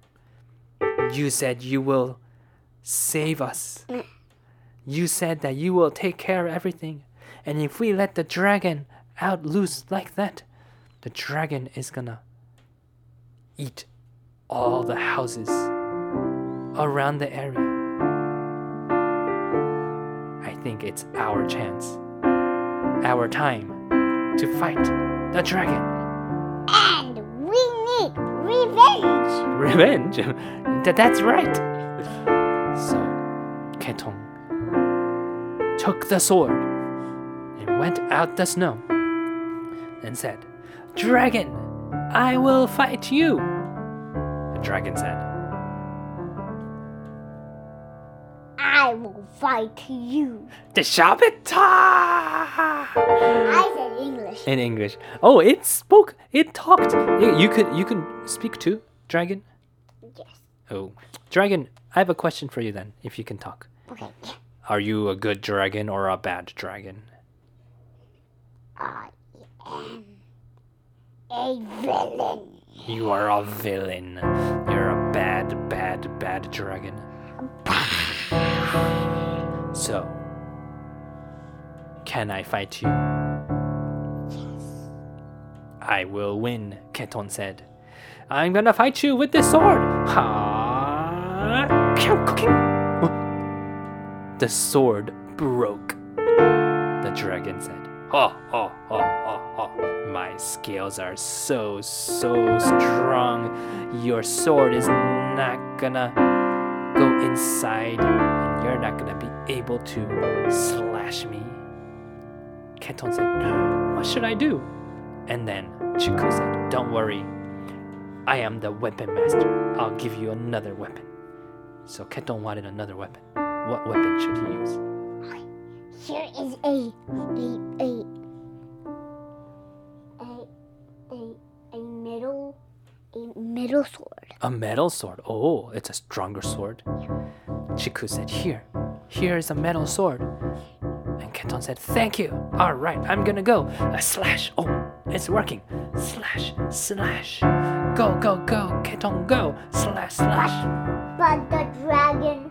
You said you will save us. You said that you will take care of everything. And if we let the dragon out loose like that, the dragon is gonna eat all the houses around the area. I think it's our chance, our time to fight the dragon. And we need revenge. Revenge? Th- That's right. So, Ketong took the sword and went out the snow and said, Dragon, I will fight you. The dragon said, I will fight you. The Shabbat! I said English. in English. Oh, it spoke. It talked. You, you could you can speak to dragon. Yes. Oh, dragon. I have a question for you then. If you can talk, Okay. are you a good dragon or a bad dragon? I am a villain. You are a villain. You're a bad, bad, bad dragon. So, can I fight you? I will win, Keton said. I'm gonna fight you with this sword. Ha! Kyung, kyung, kyung. The sword broke. The dragon said, Ho, ho, ho, ho, ho. My scales are so, so strong. Your sword is not gonna go inside, and you're not gonna be able to slash me. Kenton said, What should I do? And then Chiku said, Don't worry. I am the weapon master. I'll give you another weapon. So Kenton wanted another weapon. What weapon should he use? Here is a a a a a, a metal a metal sword. A metal sword. Oh, it's a stronger sword. Chiku said, Here, here is a metal sword. And Kenton said, Thank you. All right, I'm gonna go. A slash. Oh, it's working. Slash, slash. Go, go, go. Kenton, go. Slash, slash. But the dragon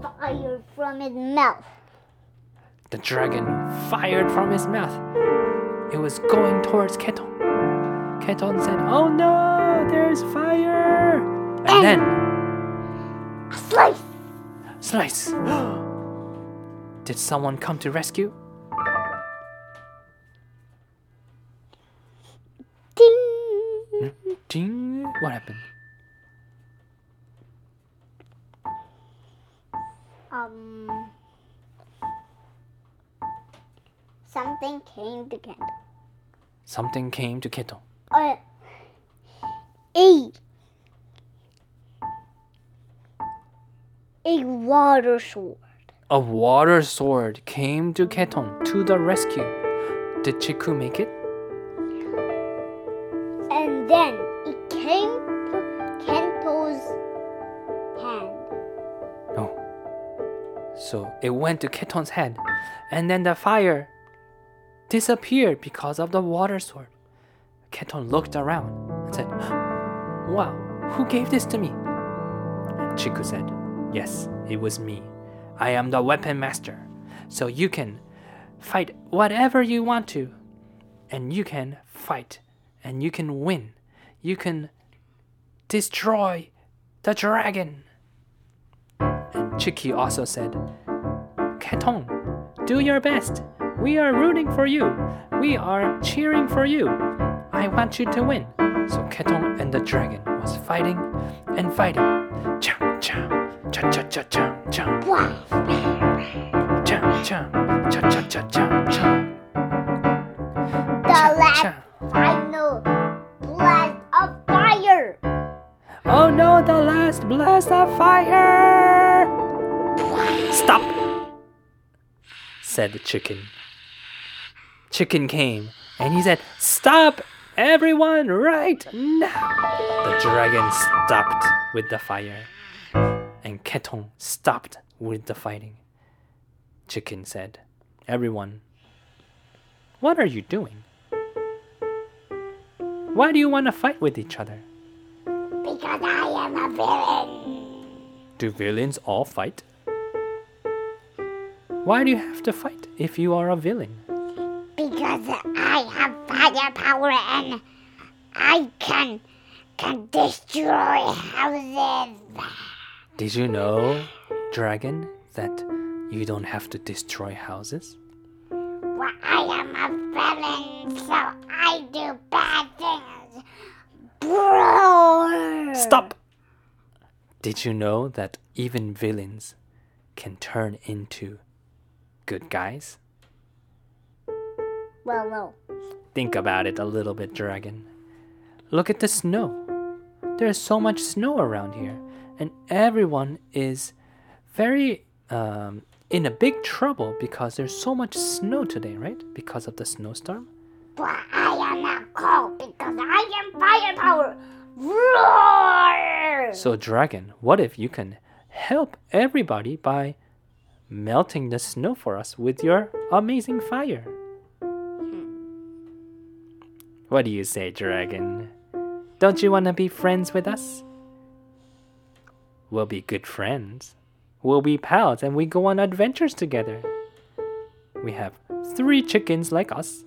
fire from his mouth. The dragon fired from his mouth. It was going towards Kenton. Kenton said, Oh no, there's fire. And then. Slice! Slice! Did someone come to rescue? Ding! Ding! What happened? Um something came to candle. Something came to Keto. Uh, a a water sword. A water sword came to Keton to the rescue. Did Chiku make it? And then it came to Kento's hand. No. So it went to Keton's head, and then the fire disappeared because of the water sword. Keton looked around and said, Wow, who gave this to me? And Chiku said, Yes, it was me. I am the weapon master. So you can fight whatever you want to. And you can fight. And you can win. You can destroy the dragon. And Chiki also said, Ketong, do your best. We are rooting for you. We are cheering for you. I want you to win. So Ketong and the dragon was fighting and fighting. Chang chang, cha cha cha chang chang, chang chang, cha cha cha chang chang. The last final blast of fire. Oh no, the last blast of fire! Stop! said the chicken. Chicken came and he said, Stop everyone right now! The dragon stopped with the fire and Ketong stopped with the fighting. Chicken said, Everyone, what are you doing? Why do you want to fight with each other? Because I am a villain. Do villains all fight? Why do you have to fight if you are a villain? Because I have firepower and I can can destroy houses. Did you know, dragon, that you don't have to destroy houses? Well, I am a villain, so I do bad things. Bro. Stop! Did you know that even villains can turn into good guys? Well, well. Think about it a little bit, dragon. Look at the snow. There's so much snow around here, and everyone is very um, in a big trouble because there's so much snow today, right? Because of the snowstorm. But I am not cold because I am firepower. Roar! So, dragon, what if you can help everybody by melting the snow for us with your amazing fire? What do you say, dragon? Don't you want to be friends with us? We'll be good friends. We'll be pals and we go on adventures together. We have three chickens like us,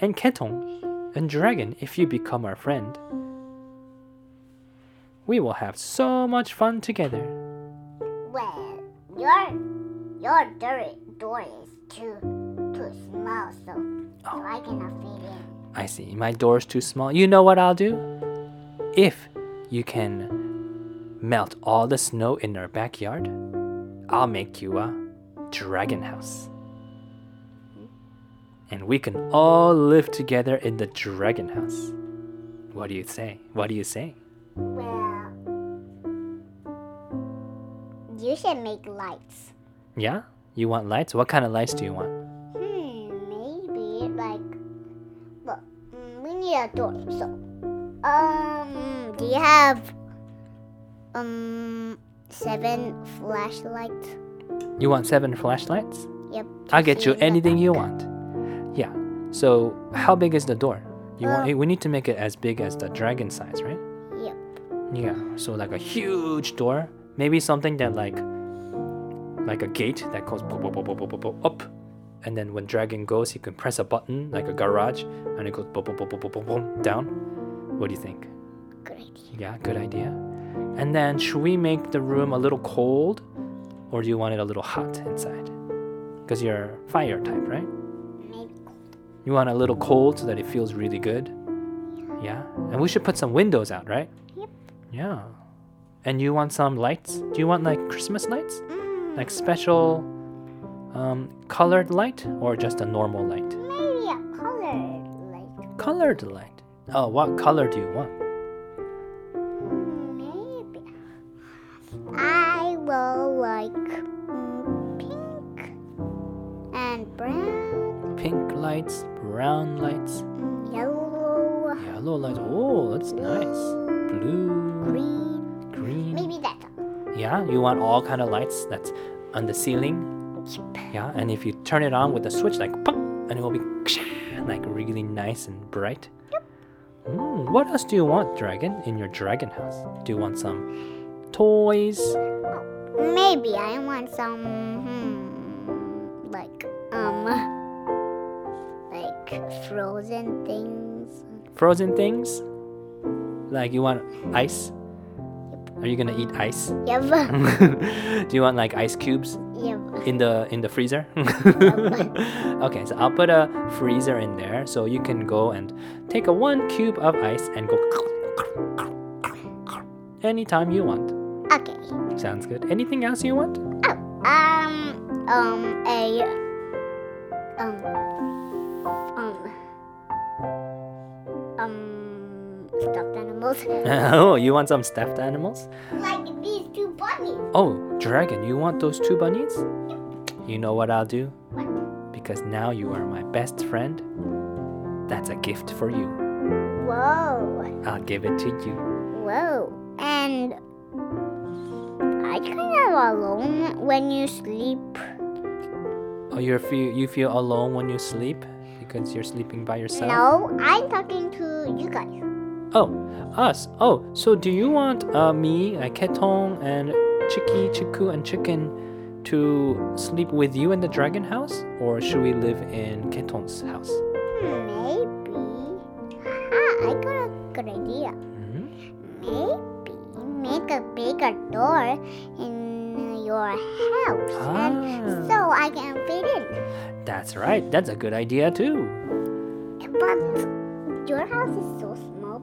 and Ketong, and Dragon if you become our friend. We will have so much fun together. Well, your your door, door is too too small, so, so I cannot fit in. I see, my door's too small. You know what I'll do? If you can melt all the snow in our backyard, I'll make you a dragon house. And we can all live together in the dragon house. What do you say? What do you say? Well, you should make lights. Yeah? You want lights? What kind of lights do you want? Hmm, maybe like. Well, mm, we need a door. So, um, do you have um seven flashlights? You want seven flashlights? Yep. I'll get you in the anything you back. want. Yeah. So, how big is the door? You Uh, want, we need to make it as big as the dragon size, right? Yep. Yeah. So like a huge door, maybe something that like like a gate that goes pop, pop, pop, pop, pop, pop, pop, up, and then when dragon goes, he can press a button like a garage, and it goes pop, pop, pop, pop, pop, pop, pop, down. What do you think? Good idea. Yeah, good idea. And then should we make the room a little cold, or do you want it a little hot inside? Because you're fire type, right? Maybe. You want a little cold so that it feels really good. Yeah. And we should put some windows out, right? Yep. Yeah. And you want some lights? Do you want like Christmas lights? Mm, Like special um, colored light or just a normal light? maybe a color like Colored light. Oh, what color do you want? maybe. I will like mm, pink and brown, Pink lights, brown lights, mm, yellow, yellow lights. Oh, that's nice. Blue, green. green. Maybe that's all. Yeah, you want all kind of lights that's on the ceiling. Yeah, and if you turn it on with a switch like pop, and it will be like really nice and bright. Mm, what else do you want, dragon, in your dragon house? Do you want some toys? Maybe I want some, hmm, like, um, like frozen things. Frozen things? Like you want ice? Are you gonna eat ice? Yep. do you want like ice cubes yep. in the in the freezer? okay, so I'll put a freezer in there so you can go and take a one cube of ice and go anytime you want. Okay. Sounds good. Anything else you want? Oh, um, um, a, um, um, um, stuffed animals. oh, you want some stuffed animals? like these two bunnies. Oh, dragon, you want those two bunnies? You know what I'll do? Because now you are my best friend. That's a gift for you. Whoa, I'll give it to you. whoa. And I kind of alone when you sleep. Oh, you feel you feel alone when you sleep because you're sleeping by yourself. No, I'm talking to you guys. Oh, us. Oh, so do you want uh, me, uh, Ketong, and Chiki, Chiku, and Chicken to sleep with you in the dragon house, or should we live in Ketong's house? Maybe. Haha, I got a good idea. Mhm. Maybe make a bigger door in your house, and so I can fit in. That's right. That's a good idea too. But your house is so small.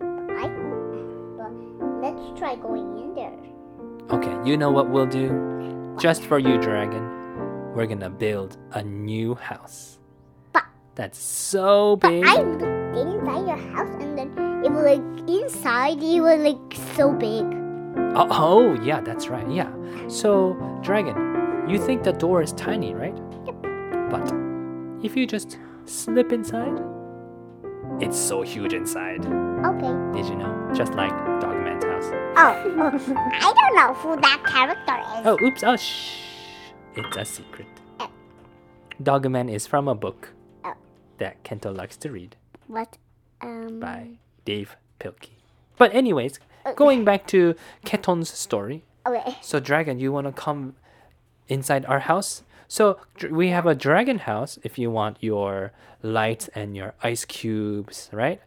I but let's try going in there. Okay, you know what we'll do? Just for you, Dragon. We're gonna build a new house. But- That's so But big. I looked inside your house, and then it was like inside. It was like so big. Oh, oh, yeah, that's right. Yeah. So, Dragon, you think the door is tiny, right? But if you just slip inside, it's so huge inside. Okay. Did you know? Just like Dogman's house. Oh, I don't know who that character is. Oh, oops. Oh, shh. It's a secret. Dogman is from a book Oh. that Kento likes to read. But um. by Dave Pilkey. But anyways, going back to Keton's story. Okay. So Dragon, you want to come inside our house? So dr- we have a dragon house if you want your lights and your ice cubes, right?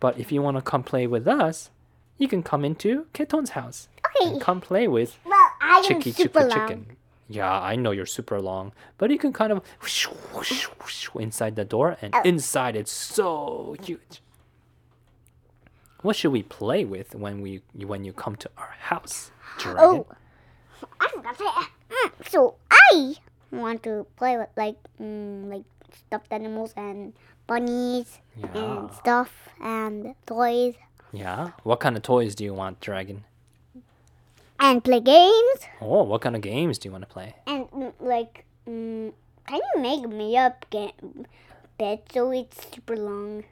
But if you want to come play with us, you can come into Keton's house. Okay. And come play with Well, I am Chicky super Chicky long. Chicken. Yeah, I know you're super long, but you can kind of inside the door, and Oh. inside it's so huge. What should we play with when we when you come to our house, Dragon? Oh, I forgot to. Mm, so I want to play with like mm, like stuffed animals and bunnies Yeah. and stuff and toys Yeah. What kind of toys do you want, Dragon? and play games Oh, what kind of games do you want to play? and mm, like mm, can you make me up game bed so it's super long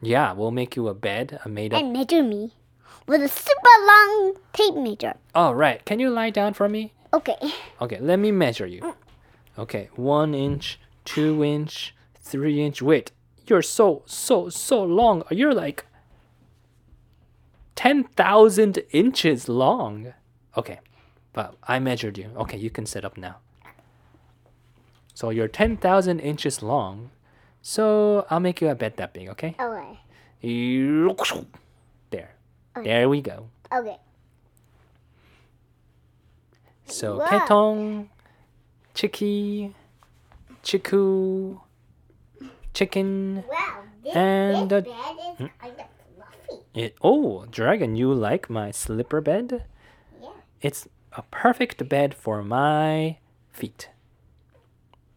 Yeah, we'll make you a bed, a made up. and measure me with a super long tape measure. All Oh, right. Can you lie down for me? Okay, Okay, let me measure you. Okay, one inch, two inch, three inch. Wait, you're so, so, so long. You're like 10,000 inches long. Okay, but I measured you. Okay, you can sit up now. So you're 10,000 inches long. So I'll make you a bed that big, okay? okay, There. There we go. okay. So Wow. ketong, chicky, chiku, chicken. Wow, this, this And the- Hmm? bed is kind of fluffy. It, oh, dragon, you like my slipper bed? Yeah. It's a perfect bed for my feet.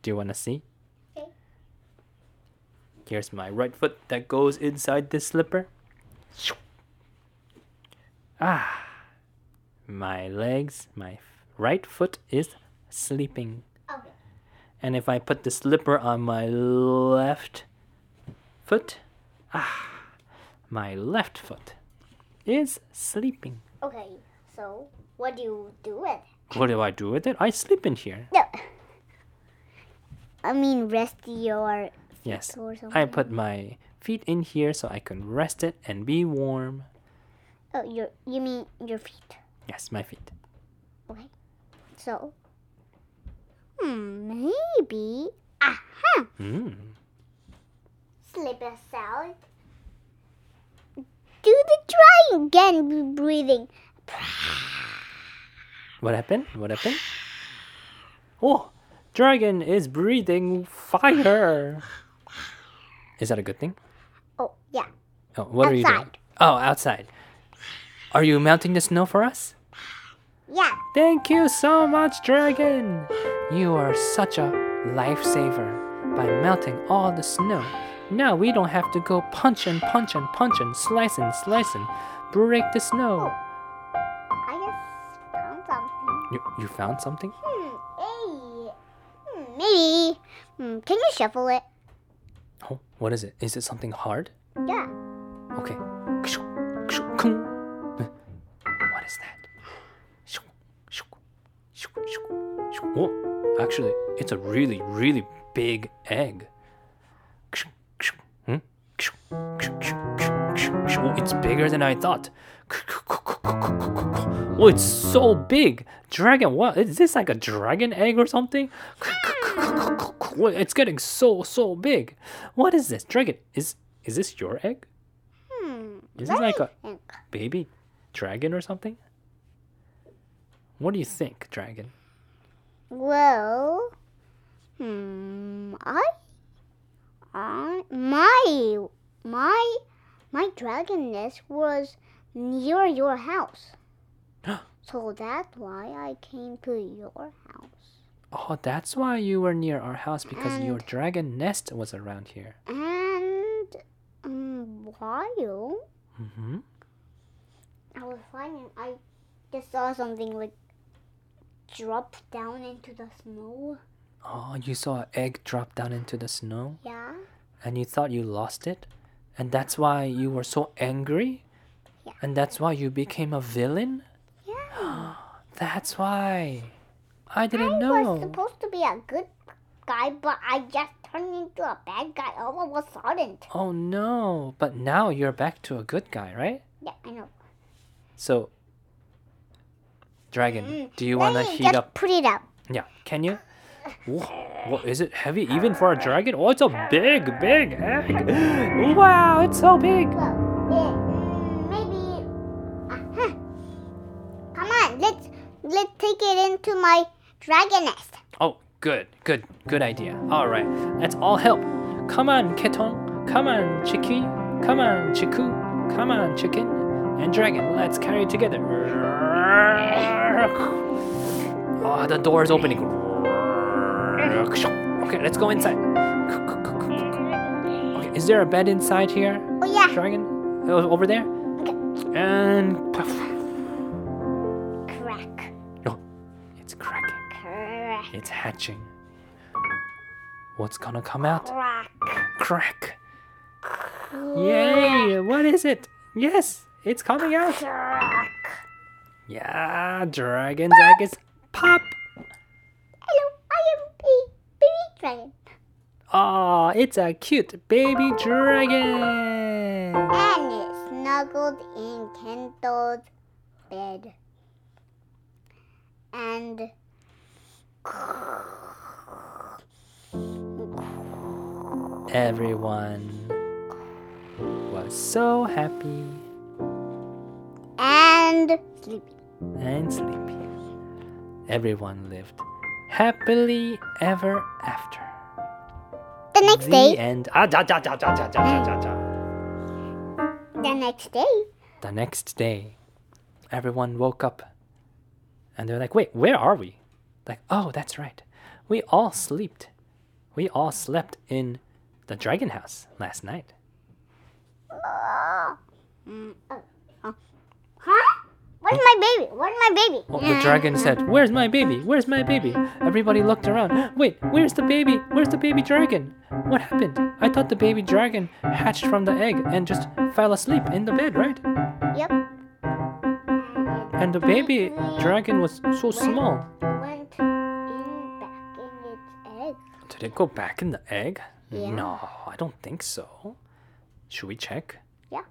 Do you want to see? Okay. Here's my right foot that goes inside this slipper. Shoo. Ah, my legs, my f- right foot is sleeping. Okay. And if I put the slipper on my left foot, ah, my left foot is sleeping. Okay, so what do you do with it? What do I do with it? I sleep in here. No. I mean, rest your Yes. or something. I put my feet in here so I can rest it and be warm. Oh, your you mean your feet? Yes, my feet. Okay. So, hmm, maybe. Aha! Mm. Slip us out. Do the try again. b- Breathing. What happened? What happened? Oh, dragon is breathing fire. Is that a good thing? Oh yeah. Oh, what are you doing? Outside. Oh, outside. Are you melting the snow for us? Yeah. Thank you so much, dragon. You are such a lifesaver by melting all the snow. Now we don't have to go punch and punch and punch and slice and slice and break the snow. I just found something. You, you found something? Hmm. Hey. Hmm, maybe. Hmm, can you shuffle it? Oh, what is it? Is it something hard? Yeah. Okay. Kshuk, kshuk, kung. What is that? Shuk, shuk, shuk, shuk, shuk. Whoa, actually, it's a really, really big egg. Kshuk, kshuk, hmm? Kshuk, kshuk, kshuk, kshuk, kshuk, kshuk. Whoa, Oh, It's bigger than I thought. Oh, it's so big. Dragon, what? Is this like a dragon egg or something? Whoa, Oh, It's getting so, so big. What is this? Dragon, is is this your egg? Hmm. Is it like a think. baby dragon or something? What do you think, dragon? Well, hmm, I, I, my, my, my dragon nest was near your house, so that's why I came to your house. Oh, that's why you were near our house because your And- dragon nest was around here. And um, while hmm I was finding, I just saw something like drop down into the snow. Oh, you saw an egg drop down into the snow Yeah, and you thought you lost it? And that's why you were so angry? Yeah. And that's why you became a villain? yeah. That's why. I didn't I know. was supposed to be a good guy, but I just turned into a bad guy all of a sudden. Oh no, but now you're back to a good guy, right? Yeah, I know. So, Dragon, Mm, do you want to Let me heat just up? Put it up. Yeah, can you? Whoa, what is it heavy even for a dragon? Oh, it's a big, big egg! Wow, it's so big! Well, yeah, mm, maybe. Uh-huh. Come on, let's let's take it into my dragon nest. Oh, good, good, good idea. All right, let's all help. Come on, Ketong. Come on, Chiki. Come on, Chiku. Come on, Chicken. And Dragon, let's carry it together. Oh, the door is opening. Okay, let's go inside. Okay, is there a bed inside here? Oh yeah, Dragon? O- Over there? And. puff. crack, No, it's cracking. crack, It's hatching. What's gonna come out? crack. Crack! Yay! What is it? Yes, it's coming out. Crack. Yeah, dragon's egg is pop. Hello, I am a baby dragon, Aw, it's a cute baby dragon. and it snuggled in Kendall's bed, and. Everyone was so happy and sleepy. and sleepy. Everyone lived happily ever after. The next The day, end. Ah, da, da, da, da, da, da, da, da. the next day, The next day, everyone woke up and they're like, wait, where are we? Like, oh, that's right. We all slept. We all slept in the dragon house last night. Mm, oh, oh. huh? Where's my baby? Where's my baby? Oh, the dragon Mm-hmm. said, Where's my baby? Where's my baby? Everybody looked around. Wait, where's the baby? Where's the baby dragon? What happened? I thought the baby dragon hatched from the egg and just fell asleep in the bed, right? Yep. And the baby dragon was so small. Went in back in its egg. To Did it go back in the egg? Yeah. No, I don't think so. Should we check? Yeah.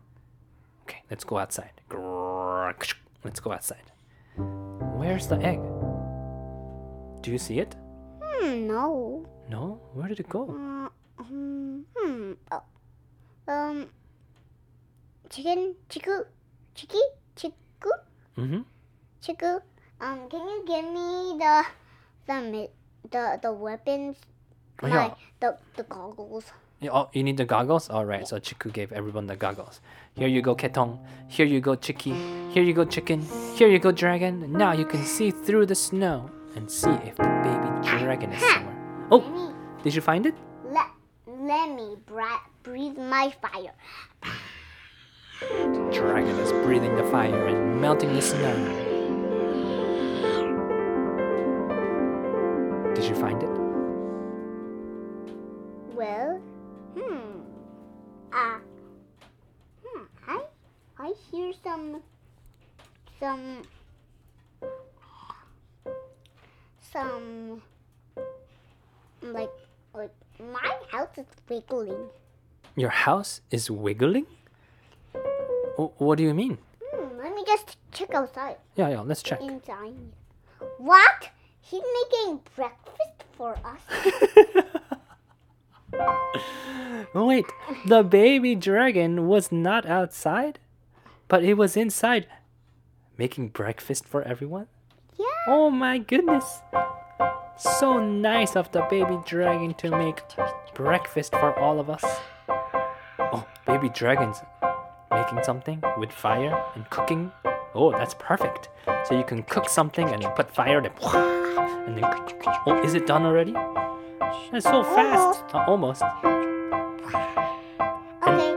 Okay, let's go outside. Grrrr, Let's go outside. Where's the egg? Do you see it? Hmm, no. No? Where did it go? Uh, hmm. hmm. Oh. Um. Chicken, chiku, chicky, chiku, Mm-hmm. chiku. Um, can you give me the the mi- the the weapons? Oh, My- yeah. the the goggles. Yeah, Oh, you need the goggles? Alright, so Chiku gave everyone the goggles. Here you go, Ketong. Here you go, Chicky. Here you go, Chicken. Here you go, Dragon. Now you can see through the snow and see if the baby dragon is somewhere. Let Oh, me did you find it? let let me bra- breathe my fire. Dragon is breathing the fire and melting the snow. Did you find it? Well, hmm. Uh, hmm. I I hear some some some like like my house is wiggling. Your house is wiggling? Wh- What do you mean? Hmm, let me just check outside Yeah, yeah, let's check. inside. What? He's making breakfast for us. Wait, the baby dragon was not outside, but it was inside making breakfast for everyone? yeah. Oh my goodness! So nice of the baby dragon to make breakfast for all of us. Oh, baby dragon's making something with fire and cooking. Oh, that's perfect. So you can cook something and put fire and and then. Oh, is it done already? That's so fast. Uh, almost. Okay.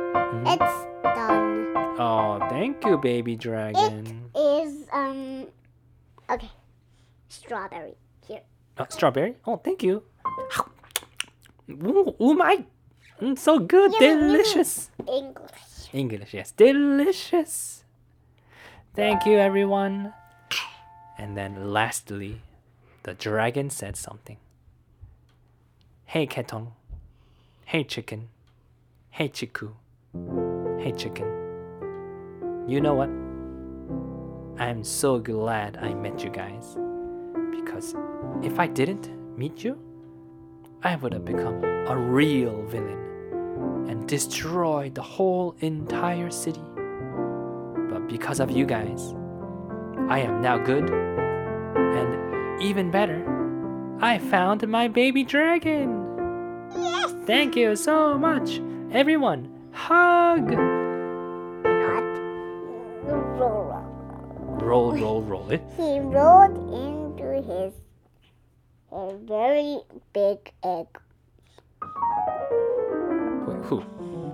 It's done. Oh, thank you, baby dragon. is um okay strawberry here Uh, strawberry. Oh, thank you. Ooh, oh my! Mm, so good, Yummy, yummy. delicious. english English, yes. Delicious. Thank you, everyone. And then lastly, the dragon said something. Hey, Ketong. Hey, chicken. Hey, Chiku. Hey, chicken. You know what? I'm so glad I met you guys. Because if I didn't meet you, I would have become a real villain and destroyed the whole entire city. But because of you guys, I am now good, and even better, I found my baby dragon! yes Thank you so much! Everyone, hug! not roll Roll, roll, roll it. he rolled into his a very big egg Wait, who?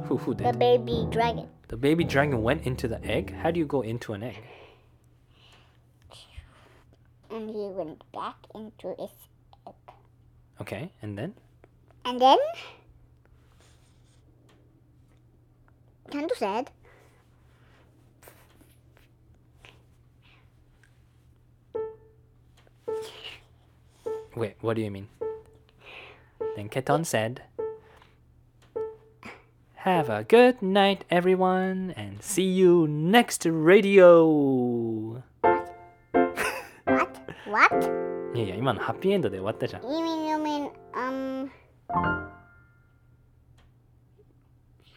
Who, who the did? baby dragon The baby dragon went into the egg? How do you go into an egg? and he went back into his egg Okay, and then? and then Kanto said Wait, what do you mean? Then Keton said, Have a good night, everyone, and see you next radio! what what いやいや、今のハッピーエンドで終わったじゃん。 You mean you mean um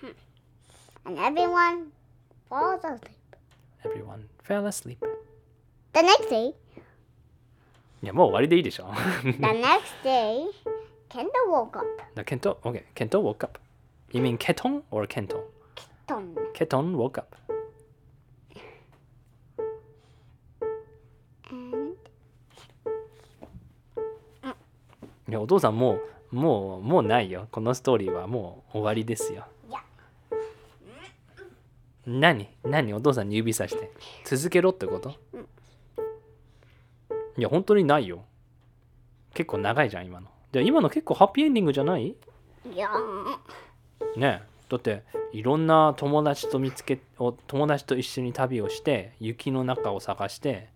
hmm. and everyone falls asleep. Everyone fell asleep. The next day いや、もう終わりでいいでしょ。 the next day Kendall woke up. だケント、OK。ケント woke up. You mean Keton or Kenton? Tom. Keton woke up. And いや、お父さんもう、もう、もうないよ。このストーリーはもう終わりですよ。いや何何お父さんに指さして。続けろってこといや、本当にないよ。結構長いじゃん、今の。で、今の結構ハッピーエンディングじゃない yeah. ねえだっていろんな友達と見つけを友達と一緒に旅をして雪の中を探して、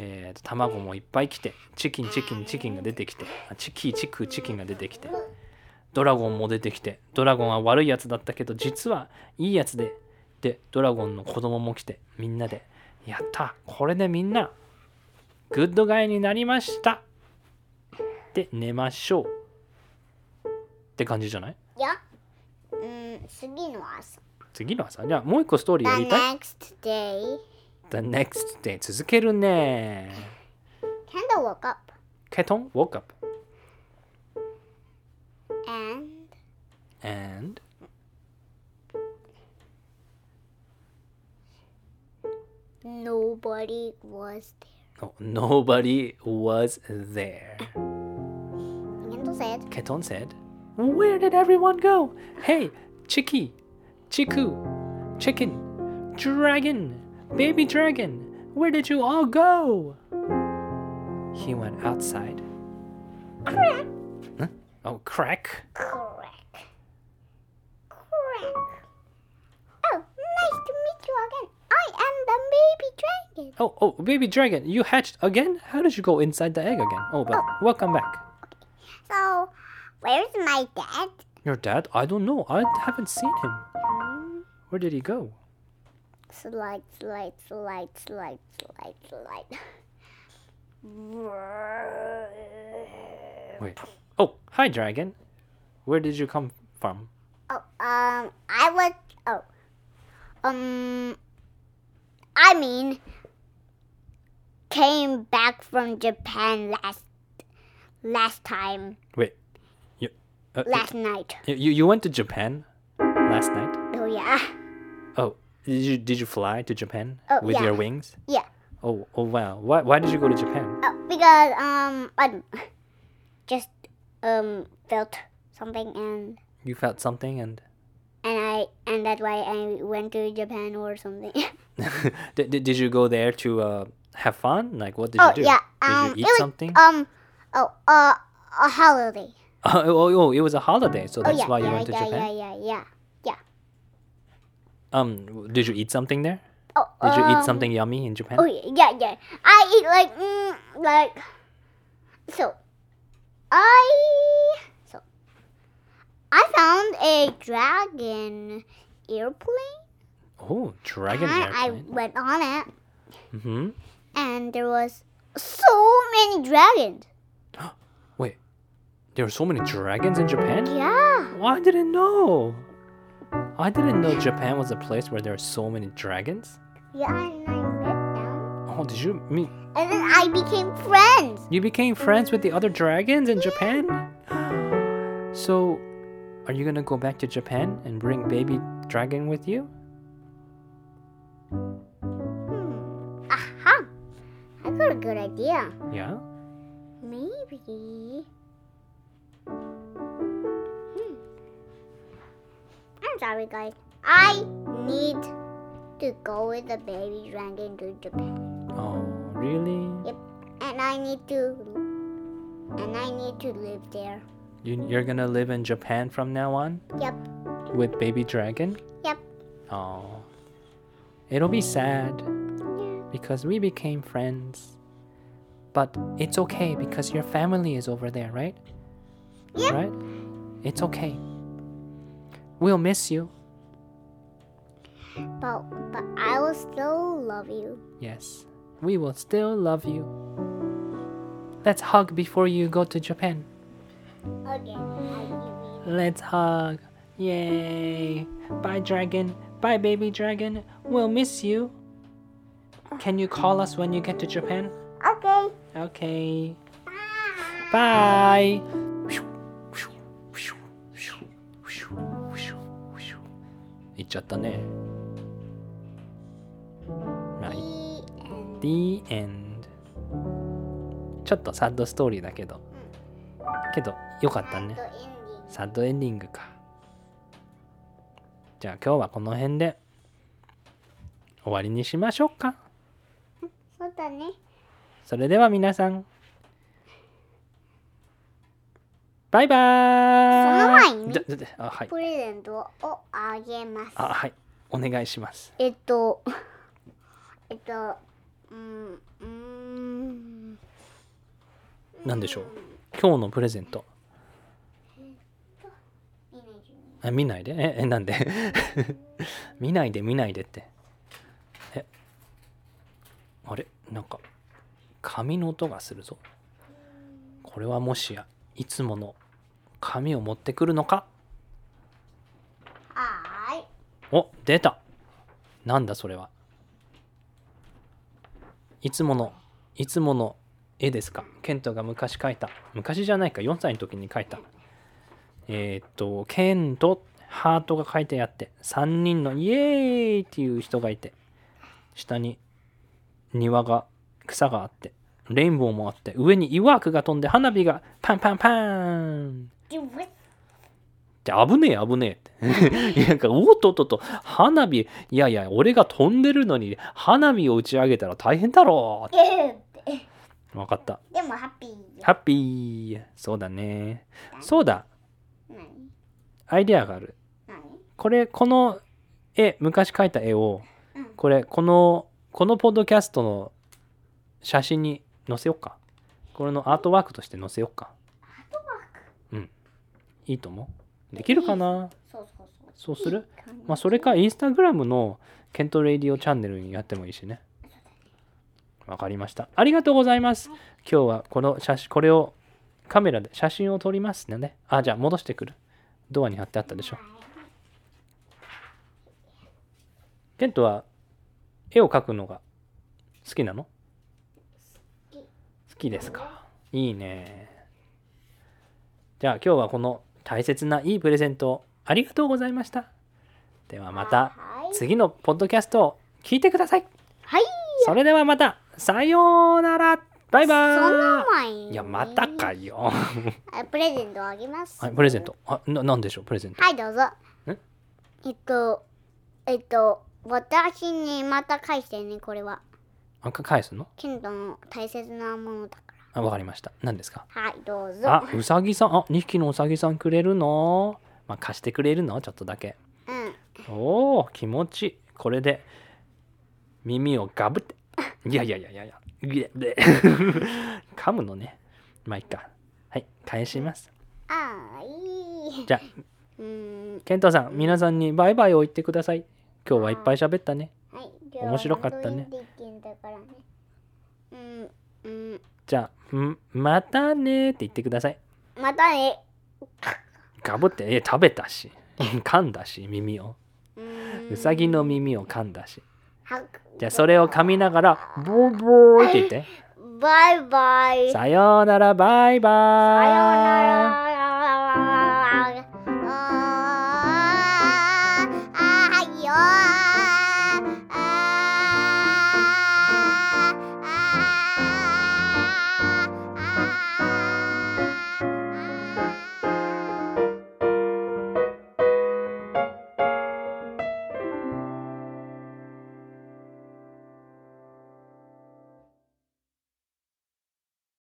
えーと卵もいっぱい来てチキンチキンチキンが出てきてあチキチクチキンが出てきてドラゴンも出てきてドラゴンは悪いやつだったけど実はいいやつででドラゴンの子供も来てみんなでやったこれでみんなグッドガイになりましたで寝ましょうって感じじゃないいや、うん、次の朝。次の朝じゃあもう一個ストーリーや mm, The りたい next day, The next day 続けるね Kendall woke up ケトン woke up and and nobody was there. no, nobody was there Kendall said, Keton said, Where did everyone go? Hey, Chicky, Chiku, Chicken, Dragon, Baby Dragon, where did you all go? He went outside. Crack, Huh? Oh, crack. crack, crack. Oh, nice to meet you again. I am the baby dragon. Oh, oh, Baby Dragon, you hatched again? How did you go inside the egg again? Oh, but welcome back. So, where's my dad? Your dad? I don't know. I haven't seen him. Where did he go? Slide, slide, slide, slide, slide, slide. Wait. Oh, hi, Dragon. Where did you come from? Oh, um, I was. Oh, um, I mean, came back from Japan last last time Wait. You, uh, last night. You- You you went to Japan last night. Oh yeah, Oh, did you did you fly to Japan Oh, with yeah. your wings? yeah. Oh oh wow. Why why did you go to Japan? Oh, because um, I just um felt something and You felt something and and I and that's why I went to Japan or something. did, did did you go there to uh, have fun? Like what did oh you do? yeah, did um, you it eat was something? um, oh uh, a holiday. oh, oh oh, it was a holiday, so Oh that's yeah, why you yeah, went to yeah, Japan. yeah, yeah, yeah, yeah. Um, did you eat something there? Oh, Did you um, eat something yummy in Japan? Oh yeah, yeah, yeah. I eat like mm, like so. I so I found a dragon airplane. Oh, dragon and I airplane. went on it, Mm-hmm. and there was so many dragons. Wait, there are so many dragons in Japan. Yeah, Well, I didn't know. I didn't know Japan was a place where there are so many dragons. yeah. And I went down, Oh, did you mean and then I became friends. you became friends with the other dragons in Japan? So, are you gonna go back to Japan and bring baby dragon with you? Hmm. Aha! I got a good idea. Yeah. Maybe. Hmm. I'm sorry, guys. I need to go with the baby dragon to Japan, Oh, really? and I need to, and I need to live there. You, you're gonna live in Japan from now on Yep, with baby dragon? yep. Oh. It'll be sad because we became friends. But it's okay because your family is over there, right? Yeah. Right? It's okay. We'll miss you. But but I will still love you. Yes. We will still love you. Let's hug before you go to Japan. Okay. I give Let's hug. Yay. Bye, dragon. Bye, baby dragon. We'll miss you. Can you call us when you get to Japan? you- Okay. Okay. Bye. Bye. It 行っちゃったね。まあ、 The end. The end ちょっとサッドストーリーだけどけどよかったね The ending. サッドエンディングかじゃあ今日はこの辺で終わりにしましょうかそうだね。それでは皆さんバイバーイその前にじゃじゃじゃあはいプレゼントをあげます。あはいお願いしますえっと、 えっと、うん、うーん、何でしょう今日のプレゼントあ見ないでええなんで 見ないで見ないでってえあれなんか紙の音がするぞこれはもしやいつもの紙を持ってくるのかはーい。お出たなんだそれはいつものいつもの絵ですかケントが昔描いた昔じゃないか4歳の時に描いたえーっとケントハートが描いてあって3人のイエーイっていう人がいて下に庭が草があってレインボーもあって上に岩クが飛んで花火がパンパンパーン Do what? って危ねえ危ねえって いやなんかおっとっとっと花火いやいや俺が飛んでるのに花火を打ち上げたら大変だろ Good. う分かった でもハッピー。ハッピーそうだねそうだ何アイデアがある何これこの絵昔描いた絵をうんこれこのこのポッドキャストの写真に載せようかこれのアートワークとして載せようかハートワーク。いいと思うできるかなそうそうそう。そうするいいかなまあそれかインスタグラムのケントレイディオチャンネルにやってもいいしね。わかりました。ありがとうございます。今日はこの写真、これをカメラで写真を撮りますね。あ、じゃあ戻してくる。ドアに貼ってあったでしょ。ケントは絵を描くのが好きなの好好きですか。いいね。じゃあ今日はこの大切ないいプレゼントをありがとうございました。ではまた。はい。次のポッドキャストを聞いてください。はい。それではまた、さようなら、バイそバの前に。ーイ。いや、またかよ。 あ。プレゼントをあげます。はい、プレゼン。ト。あ、な、なんでしょう、プレゼント。はい、どうぞ。んえっと、えっと、私にまた返してね、これは。あ、か返すの。ケントの大切なものだかあ、わかりました。何ですか。ら。はい、どうぞ。あ、うさぎさん、あ、二匹のうさぎさんくれるの。まあ、貸してくれるの、ちょっとだけ。うん。おお、気持ちいい。これで。耳をガブ って。いやいやいやいやいや。ぐれぐれ 噛むのね。まあ、いっか。はい、返します。あーいい。じゃあ。うーん。ケントさん、皆さんにバイバイを言ってください。今日はいっぱい喋ったね。はい。面白かったね今日はハロウィンだからねうん。うん。じゃあ、んまたねって言ってください。またね。ガブって、え、食べたし、 噛んだし、耳を。うーんうさぎの耳を噛んだし。は じゃあ、それを噛みながら、ボーボーって言って。バイバイ。さよさようなら、バイバイ。うなら。